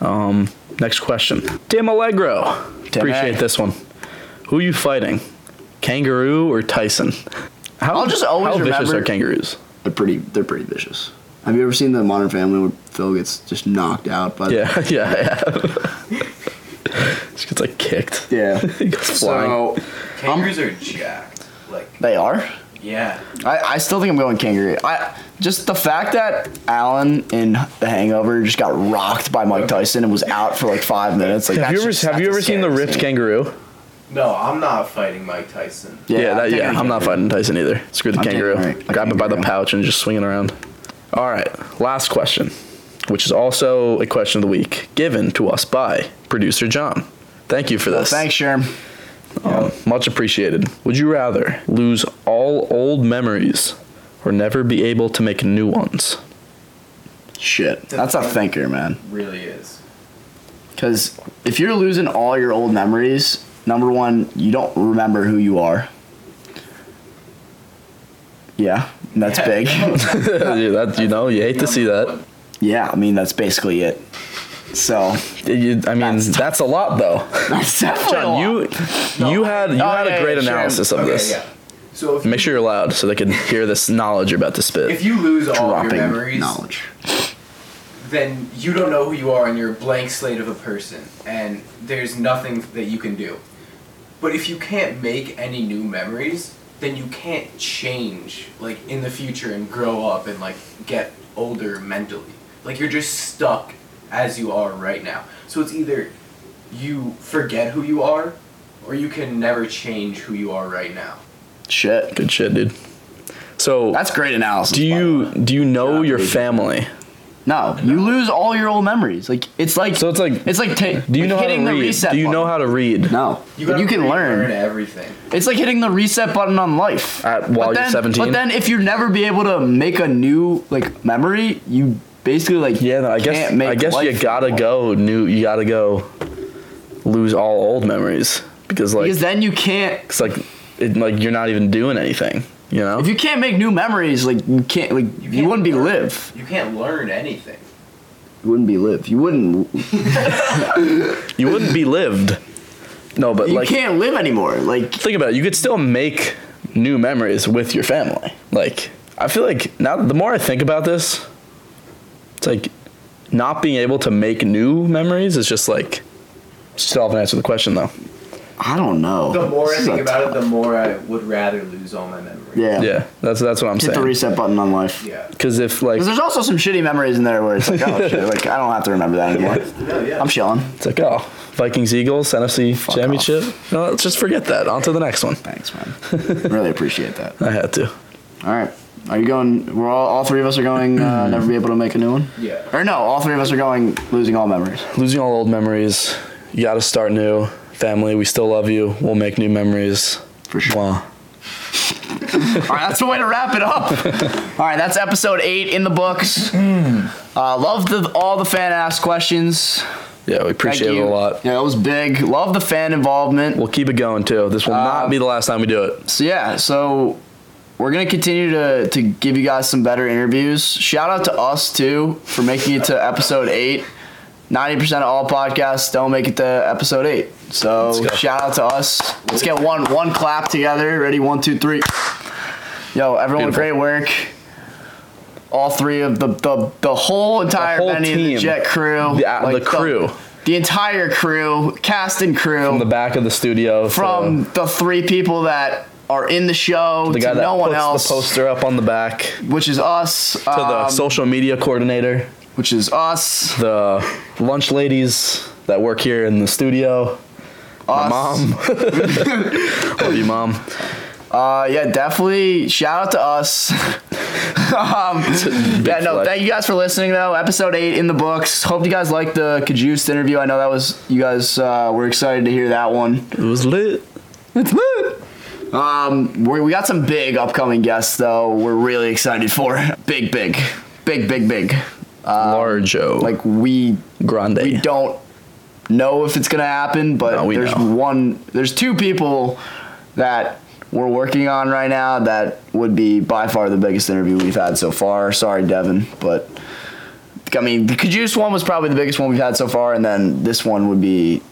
Speaker 2: Um, next question. Tim Allegro. Appreciate
Speaker 1: A.
Speaker 2: this one. Who you fighting? Kangaroo or Tyson? How,
Speaker 1: I'll just always
Speaker 2: how vicious
Speaker 1: remember-
Speaker 2: are kangaroos?
Speaker 1: They're pretty. They're pretty vicious. Have you ever seen the Modern Family where Phil gets just knocked out by?
Speaker 2: Yeah, yeah, yeah. Just gets like kicked.
Speaker 1: Yeah.
Speaker 2: he goes flying.
Speaker 1: So
Speaker 3: Kangaroos are jacked. Like,
Speaker 1: they are.
Speaker 3: yeah.
Speaker 1: I, I still think I'm going kangaroo. I just the fact that Alan in The Hangover just got rocked by Mike Tyson and was out for like five minutes. Like
Speaker 2: have
Speaker 1: that's
Speaker 2: you ever
Speaker 1: just-
Speaker 2: have
Speaker 1: that's
Speaker 2: you ever seen the
Speaker 1: scariest
Speaker 2: ripped
Speaker 1: thing.
Speaker 2: kangaroo?
Speaker 3: No, I'm not fighting Mike Tyson.
Speaker 2: Yeah, yeah, that,
Speaker 1: taking
Speaker 2: yeah
Speaker 1: a
Speaker 2: I'm not
Speaker 1: kangaroo.
Speaker 2: fighting Tyson either. Screw the
Speaker 1: I'm taking-
Speaker 2: kangaroo.
Speaker 1: alright, a
Speaker 2: Grab it by the
Speaker 1: kangaroo.
Speaker 2: pouch and just swing it around. All right, last question, which is also a question of the week, given to us by producer John. Thank you for
Speaker 1: Well,
Speaker 2: this.
Speaker 1: thanks, Sherm.
Speaker 2: Um, much appreciated. Would you rather lose all old memories or never be able to make new ones?
Speaker 1: Shit, that's a thinker, man.
Speaker 3: Really is.
Speaker 1: Because if you're losing all your old memories, number one, you don't remember who you are. Yeah, that's big.
Speaker 2: Yeah, that, you know, you hate to see that.
Speaker 1: yeah, I mean that's basically it. So
Speaker 2: You- I mean,
Speaker 1: That's-
Speaker 2: that's, a lot, though.
Speaker 1: that's definitely a
Speaker 2: John,
Speaker 1: lot.
Speaker 2: you you had you
Speaker 1: Oh,
Speaker 2: had
Speaker 1: yeah,
Speaker 2: a great
Speaker 1: yeah, sure.
Speaker 2: analysis of
Speaker 3: Okay,
Speaker 2: this.
Speaker 3: yeah. So if
Speaker 2: Make
Speaker 3: you-
Speaker 2: sure you're loud so they can hear this knowledge you're about to spit.
Speaker 3: if you lose all of your
Speaker 1: dropping
Speaker 3: memories,
Speaker 1: knowledge.
Speaker 3: then you don't know who you are and you're a blank slate of a person and there's nothing that you can do. But if you can't make any new memories, then you can't change like in the future and grow up and like get older mentally. Like you're just stuck as you are right now. So it's either you forget who you are or you can never change who you are right now.
Speaker 1: Shit,
Speaker 2: Good shit, dude. So,
Speaker 1: that's great analysis. by
Speaker 2: do
Speaker 1: the way.
Speaker 2: you do you know
Speaker 1: Yeah,
Speaker 2: your
Speaker 1: dude.
Speaker 2: family?
Speaker 1: No, you lose all your old memories. Like it's like
Speaker 2: So it's like,
Speaker 1: it's like ta-
Speaker 2: do you
Speaker 1: like
Speaker 2: know how
Speaker 1: hitting
Speaker 2: to
Speaker 1: the
Speaker 2: read?
Speaker 1: reset
Speaker 2: Do you know
Speaker 1: button.
Speaker 2: how to read?
Speaker 1: No, but
Speaker 3: gotta
Speaker 1: you can
Speaker 3: relearn
Speaker 1: learn.
Speaker 3: everything.
Speaker 1: It's like hitting the reset button on life.
Speaker 2: At- while
Speaker 1: But
Speaker 2: you're
Speaker 1: then-
Speaker 2: 17?
Speaker 1: But then if you never be able to make a new like memory, you basically like
Speaker 2: Yeah, no, I guess
Speaker 1: can't make
Speaker 2: I guess you
Speaker 1: life
Speaker 2: gotta
Speaker 1: anymore.
Speaker 2: go new. You gotta go lose all old memories because like
Speaker 1: because then you can't.
Speaker 2: it's like it, like you're not even doing anything. You know,
Speaker 1: If you can't make new memories, like you can't like you,
Speaker 3: can't
Speaker 1: wouldn't be
Speaker 3: learn.
Speaker 1: live.
Speaker 3: You can't learn anything.
Speaker 1: You wouldn't be live. You wouldn't.
Speaker 2: you wouldn't be lived. No, but
Speaker 1: You
Speaker 2: like
Speaker 1: can't live anymore. Like
Speaker 2: think about it. You could still make new memories with your family. Like I feel like now the more I think about this, it's like not being able to make new memeries is just like still haven't answered the question though.
Speaker 1: I don't know.
Speaker 3: The more I
Speaker 1: This is
Speaker 3: think
Speaker 1: a
Speaker 3: about it,
Speaker 1: tough-
Speaker 3: the more I would rather lose all my memories.
Speaker 1: yeah,
Speaker 2: Yeah, that's that's what I'm
Speaker 1: Hit the
Speaker 2: saying.
Speaker 1: reset button on life.
Speaker 3: Yeah.
Speaker 2: Because if like
Speaker 1: Because there's also some shitty memories in there where it's like, oh shit, like I don't have to remember that anymore.
Speaker 3: No, yeah.
Speaker 1: I'm chilling.
Speaker 2: It's like, oh, Vikings Eagles NFC championship. No, let's just forget that. On to the next one.
Speaker 1: Thanks, man. really appreciate that.
Speaker 2: I had to.
Speaker 1: All right. Are you going? We're all, all three of us are going. Uh, never be able to make a new one.
Speaker 3: Yeah.
Speaker 1: Or no, all three of us are going. Losing all memories.
Speaker 2: Losing all old memories. You got to start new. Family, we still love you. We'll make new memories.
Speaker 1: For sure.
Speaker 2: Wow.
Speaker 1: All right, that's the way to wrap it up. All right, that's episode eight in the books. Uh, love the, all the fan asked questions.
Speaker 2: Yeah, we
Speaker 1: Thank
Speaker 2: appreciate it
Speaker 1: you.
Speaker 2: a lot.
Speaker 1: Yeah, it was big. Love the fan involvement.
Speaker 2: We'll keep it going too. This will
Speaker 1: Uh,
Speaker 2: not be the last time we do it.
Speaker 1: So yeah, so we're gonna continue to to give you guys some better interviews. Shout out to us too for making it to episode eight. Ninety percent of all podcasts don't make it to episode eight. So
Speaker 2: Let's go.
Speaker 1: shout out to us. Let's get one one clap together. Ready? One, two, three. Yo, everyone,
Speaker 2: Beautiful.
Speaker 1: great work. All three of the the, the whole entire
Speaker 2: whole
Speaker 1: Benny and the
Speaker 2: team.
Speaker 1: Jet crew.
Speaker 2: The- uh, the crew.
Speaker 1: The, entire crew, cast and crew
Speaker 2: From the back of the studio. to
Speaker 1: from the three people that are in the show
Speaker 2: the guy
Speaker 1: to
Speaker 2: that
Speaker 1: no one
Speaker 2: puts
Speaker 1: else,
Speaker 2: the poster up on the back to
Speaker 1: which is us,
Speaker 2: the
Speaker 1: um,
Speaker 2: social media coordinator,
Speaker 1: which is us,
Speaker 2: the lunch ladies that work here in the studio.
Speaker 1: us,
Speaker 2: mom. Love you, mom.
Speaker 1: Uh, yeah, definitely. Shout out to us. um, yeah, no,
Speaker 2: flex.
Speaker 1: thank you guys for listening though. Episode eight in the books. Hope you guys liked the Kajust interview. I know that was you guys uh, were excited to hear that one.
Speaker 2: It was lit.
Speaker 1: It's lit. Um, we we got some big upcoming guests though. We're really excited for big, big, big, big, big.
Speaker 2: Largo.
Speaker 1: Like we
Speaker 2: Grande.
Speaker 1: we don't know if it's gonna happen, but
Speaker 2: No, we
Speaker 1: there's
Speaker 2: know.
Speaker 1: one, there's two people that we're working on right now that would be by far the biggest interview we've had so far. Sorry, Devin, but I mean, the Kajus one was probably the biggest one we've had so far, and then this one would be,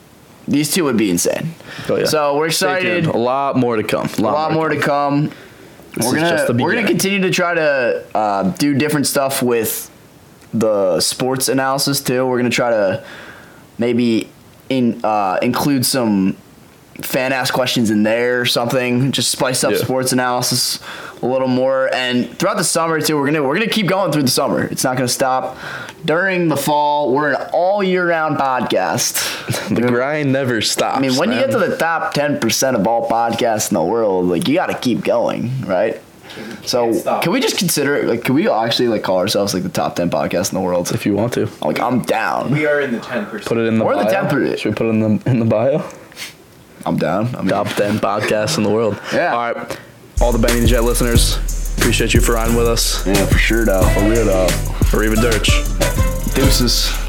Speaker 1: these two would be insane.
Speaker 2: Oh, yeah.
Speaker 1: So we're
Speaker 2: Stay tuned.
Speaker 1: excited.
Speaker 2: A lot more to come.
Speaker 1: A lot more to come.
Speaker 2: This
Speaker 1: We're
Speaker 2: is
Speaker 1: gonna
Speaker 2: just the
Speaker 1: we're gonna continue
Speaker 2: beginning.
Speaker 1: to try to uh, do different stuff with the sports analysis too. We're gonna try to maybe in uh, include some fan asked questions in there or something. Just spice up
Speaker 2: Yeah.
Speaker 1: sports analysis a little more. And throughout the summer too, we're gonna we're gonna keep going through the summer. It's not gonna stop. During the fall, we're an all year round podcast.
Speaker 2: The grind never stops.
Speaker 1: I mean, when you get
Speaker 2: man.
Speaker 1: to the top 10% of all podcasts in the world, like you got to keep going, right? So,
Speaker 3: Can't stop.
Speaker 1: can we just consider it? Like, can we actually like call ourselves like the top 10 podcast in the world?
Speaker 2: if you want to,
Speaker 1: Like, I'm down.
Speaker 3: We are in the ten percent.
Speaker 2: put it in the
Speaker 1: Or the
Speaker 2: bio.
Speaker 1: temper-
Speaker 2: Should we put it in the in the bio?
Speaker 1: I'm down. I mean,
Speaker 2: Top ten podcast in the world.
Speaker 1: Yeah.
Speaker 2: All right, all the Benny the Jet listeners, appreciate you for riding with us.
Speaker 1: yeah, for sure, though. For real, though.
Speaker 2: Arriba Dirch.
Speaker 1: Deuces.